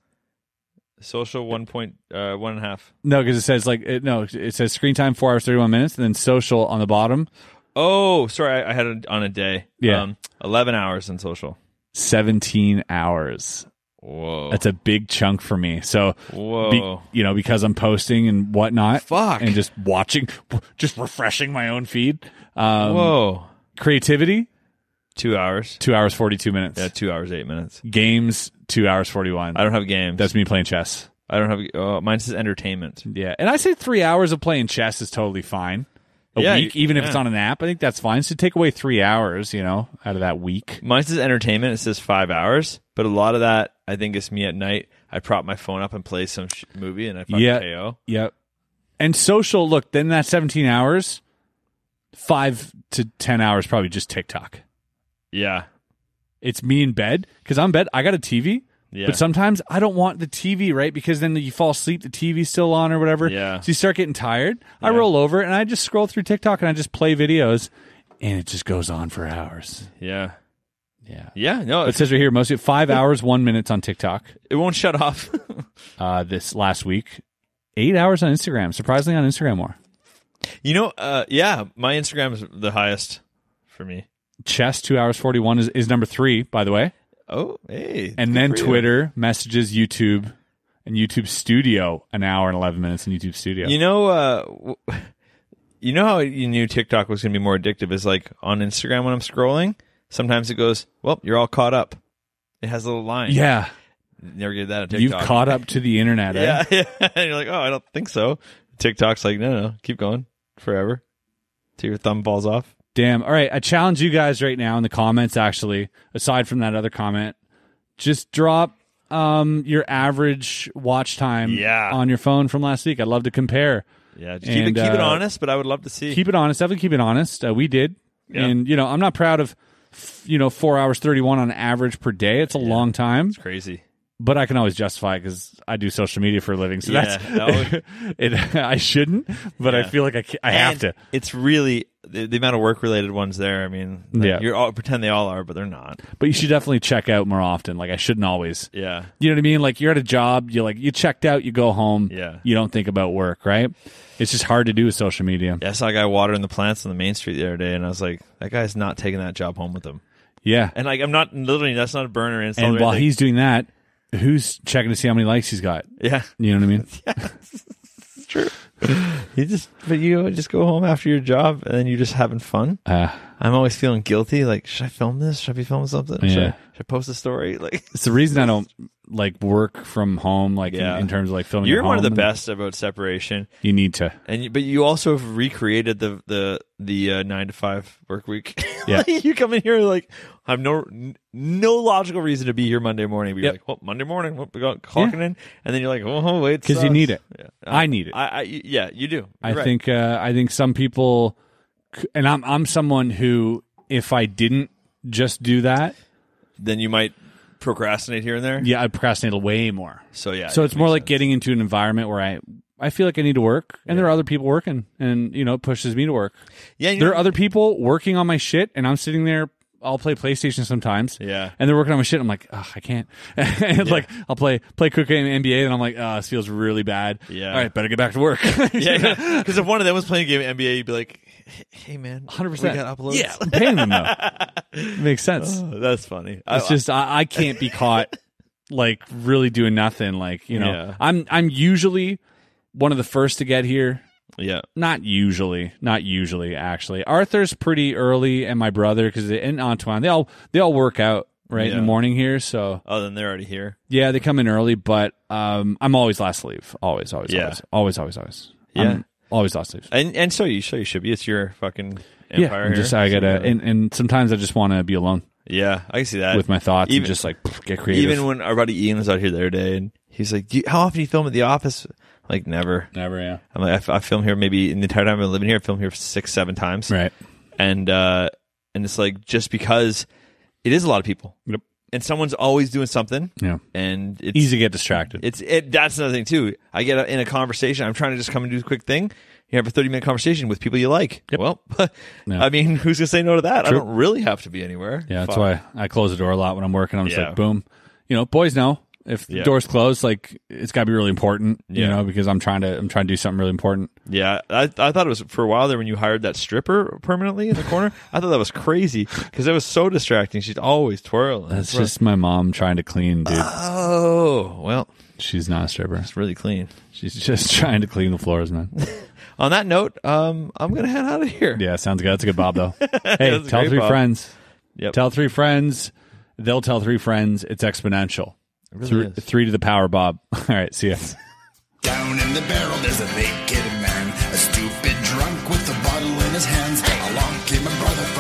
Social one point uh, one and a half.
No, because it says like it, no, it says screen time four hours thirty-one minutes, and then social on the bottom
Oh, sorry. I, I had it on a day.
Yeah.
11 hours in social.
seventeen hours.
Whoa.
That's a big chunk for me. So,
Whoa.
you know, because I'm posting and whatnot,
Fuck.
and just watching, just refreshing my own feed. Um,
Whoa.
creativity
Two hours.
two hours 42 minutes
Yeah, two hours, eight minutes.
games two hours 41
I don't have games.
that's me playing chess
I don't have. Oh, mine says entertainment.
yeah and i say three hours of playing chess is totally fine a
Yeah,
week
you-
even if
yeah.
it's on an app i think that's fine so take away three hours you know out of that week
Mine says entertainment. It says five hours, but a lot of that I think is me at night. I prop my phone up and play some sh- movie, and I fucking
yeah
KO.
yep and social look then that 17 hours five to ten hours probably just tiktok
Yeah,
it's me in bed because i'm in bed i got a tv
yeah.
But sometimes I don't want the TV, right? Because then you fall asleep, the TV's still on or whatever.
Yeah.
So you start getting tired. I
Yeah.
roll over and I just scroll through TikTok and I just play videos and it just goes on for hours.
yeah,
Yeah.
yeah. No,
It
it's,
says right here, mostly five hours, one minutes on TikTok
it won't shut off.
uh, this last week. Eight hours on Instagram. Surprisingly on Instagram more.
you know, uh, yeah. My Instagram is the highest for me.
Chess, two hours 41 is, is number three, by the way.
Oh, hey,
And
good
then
for you.
Twitter, messages, YouTube, and YouTube Studio, an hour and 11 minutes in YouTube Studio.
You know, uh, w- you know how you knew TikTok was going to be more addictive is like on Instagram when I'm scrolling, sometimes it goes, "Well, you're all caught up." It has a little line.
yeah.
never get that on TikTok.
You've caught up to the internet, eh?
Yeah, yeah. and you're like, "Oh, I don't think so." TikTok's like, "No, no, keep going forever till your thumb falls off."
Damn. All right. I challenge you guys right now in the comments, actually, aside from that other comment, just drop um, your average watch time
Yeah.
on your phone from last week. I'd love to compare.
Yeah, just keep
And,
it keep it
uh,
honest, but I would love to see.
Keep it honest. Definitely keep it honest. Uh, we did. And, you know, I'm not proud of, f- you know, four hours 31 on average per day. It's a long time,
crazy.
but I can always justify because I do social media for a living. So
Yeah,
that's,
that
it, I shouldn't, but I
Yeah.
feel like I, ca- I have to.
And It's really the, the amount of work related ones there. I mean, like,
Yeah.
you're all pretend they all are, but they're not.
But you should definitely check out more often. Like, I shouldn't always.
Yeah.
You know what I mean? Like you're at a job, you like you checked out, you go home.
Yeah.
You don't think about work, right? It's just hard to do with social media.
Yeah, I saw a guy watering the plants on the main street the other day, and I was like, that guy's not taking that job home with him.
Yeah.
And like, I'm not literally, that's not a burner install.
And
or
while
anything.
he's doing that, who's checking to see how many likes he's got?
yeah,
You know what I mean?
it's true. you just, but you just go home after your job, and then you're just having fun.
Uh,
I'm always feeling guilty. Like, should I film this? Should I be filming something? Should, I,
Yeah.
should I post a story? Like,
it's the reason I don't like work from home, like in-
Yeah.
in, terms of like filming.
you're
at
one of the
home.
best about separation,
You need to.
and you, but you also have recreated the the the uh, nine to five work week.
Yeah.
you come in here like I have no n- no logical reason to be here Monday morning. But you're
Yep.
like, well, Monday morning, well, we got clocking in, and then you're like, oh wait,
'Cause you
sucks.
need it.
Yeah.
I need it.
I, I yeah, you do. You're
I
right.
think uh, I think some people, c- and I'm I'm someone who if I didn't just do that,
then you might procrastinate here and there.
yeah, I'd procrastinate way more.
So yeah.
so
it
it's more
makes
like
sense.
getting into an environment where I I feel like I need to work, and there are other people working, and you know it pushes me to work.
yeah. You
There
know-
are other people working on my shit, and I'm sitting there I'll play PlayStation sometimes.
Yeah.
And they're working on my shit. I'm like, Ugh, I can't. and like, I'll play play Cook Game NBA, and I'm like, oh, this feels really bad.
Yeah.
All right, better get back to work.
Yeah, because if one of them was playing a game of NBA, you'd be like, "Hey, man,
Hundred percent.
we got uploads."
Yeah, I'm paying them though. Makes sense.
Oh, that's funny. I-
It's just I, I can't be caught like really doing nothing. Like you know,
Yeah.
I'm I'm usually one of the first to get here.
yeah,
Not usually, not usually. Actually, Arthur's pretty early, and my brother because and Antoine they all they all work out right in
Yeah.
the morning here. So
Oh, then they're already here.
yeah, they come in early, but um, I'm always last to leave. Always, always,
Yeah.
always, always, always, always.
Yeah.
I'm always last to leave.
And and so you so you should be. It's your fucking empire.
Yeah, I'm
here.
just I
So,
gotta, and, and sometimes I just want to be alone.
yeah, I can see that
with my thoughts
even,
and just like pff, get creative.
even when our buddy Ian was out here the other day, and he's like, Do you, "How often do you film at the office?" I'm like never.
never, yeah,
I'm like, I f- I, film here maybe in the entire time I've been living here. I film here six, seven times,
right,
And uh, and it's like just because it is a lot of people,
Yep.
and someone's always doing something,
yeah,
and it's
easy to get distracted.
It's it. That's another thing too. I get in a conversation. I'm trying to just come and do a quick thing. You have a 30 minute conversation with people you like. Well, I mean, who's gonna say no to that? I don't really have to be anywhere.
yeah, that's
Fuck.
why I close the door a lot when I'm working. I'm just
Yeah.
like, boom, you know, boys know if the
Yeah.
door's closed, like it's got to be really important, you
Yeah.
know, because I'm trying to I'm trying to do something really important.
Yeah, I, I thought it was for a while there when you hired that stripper permanently in the corner. I thought that was crazy because it was so distracting. She's always twirling.
That's just my mom trying to clean, dude.
Ah. oh well,
She's not a stripper.
it's really clean.
She's just trying to clean the floors, man.
On that note, um, I'm gonna head out of here.
Yeah, sounds good. That's a good bob though. Hey,
That's a
tell
great
three
bob.
friends.
Yep.
Tell three friends. They'll tell three friends. It's exponential. Three,
is.
three to the power, Bob. All right, see ya.
Down in the barrel, there's a naked man, a stupid drunk with a bottle in his hands. Along came my brother,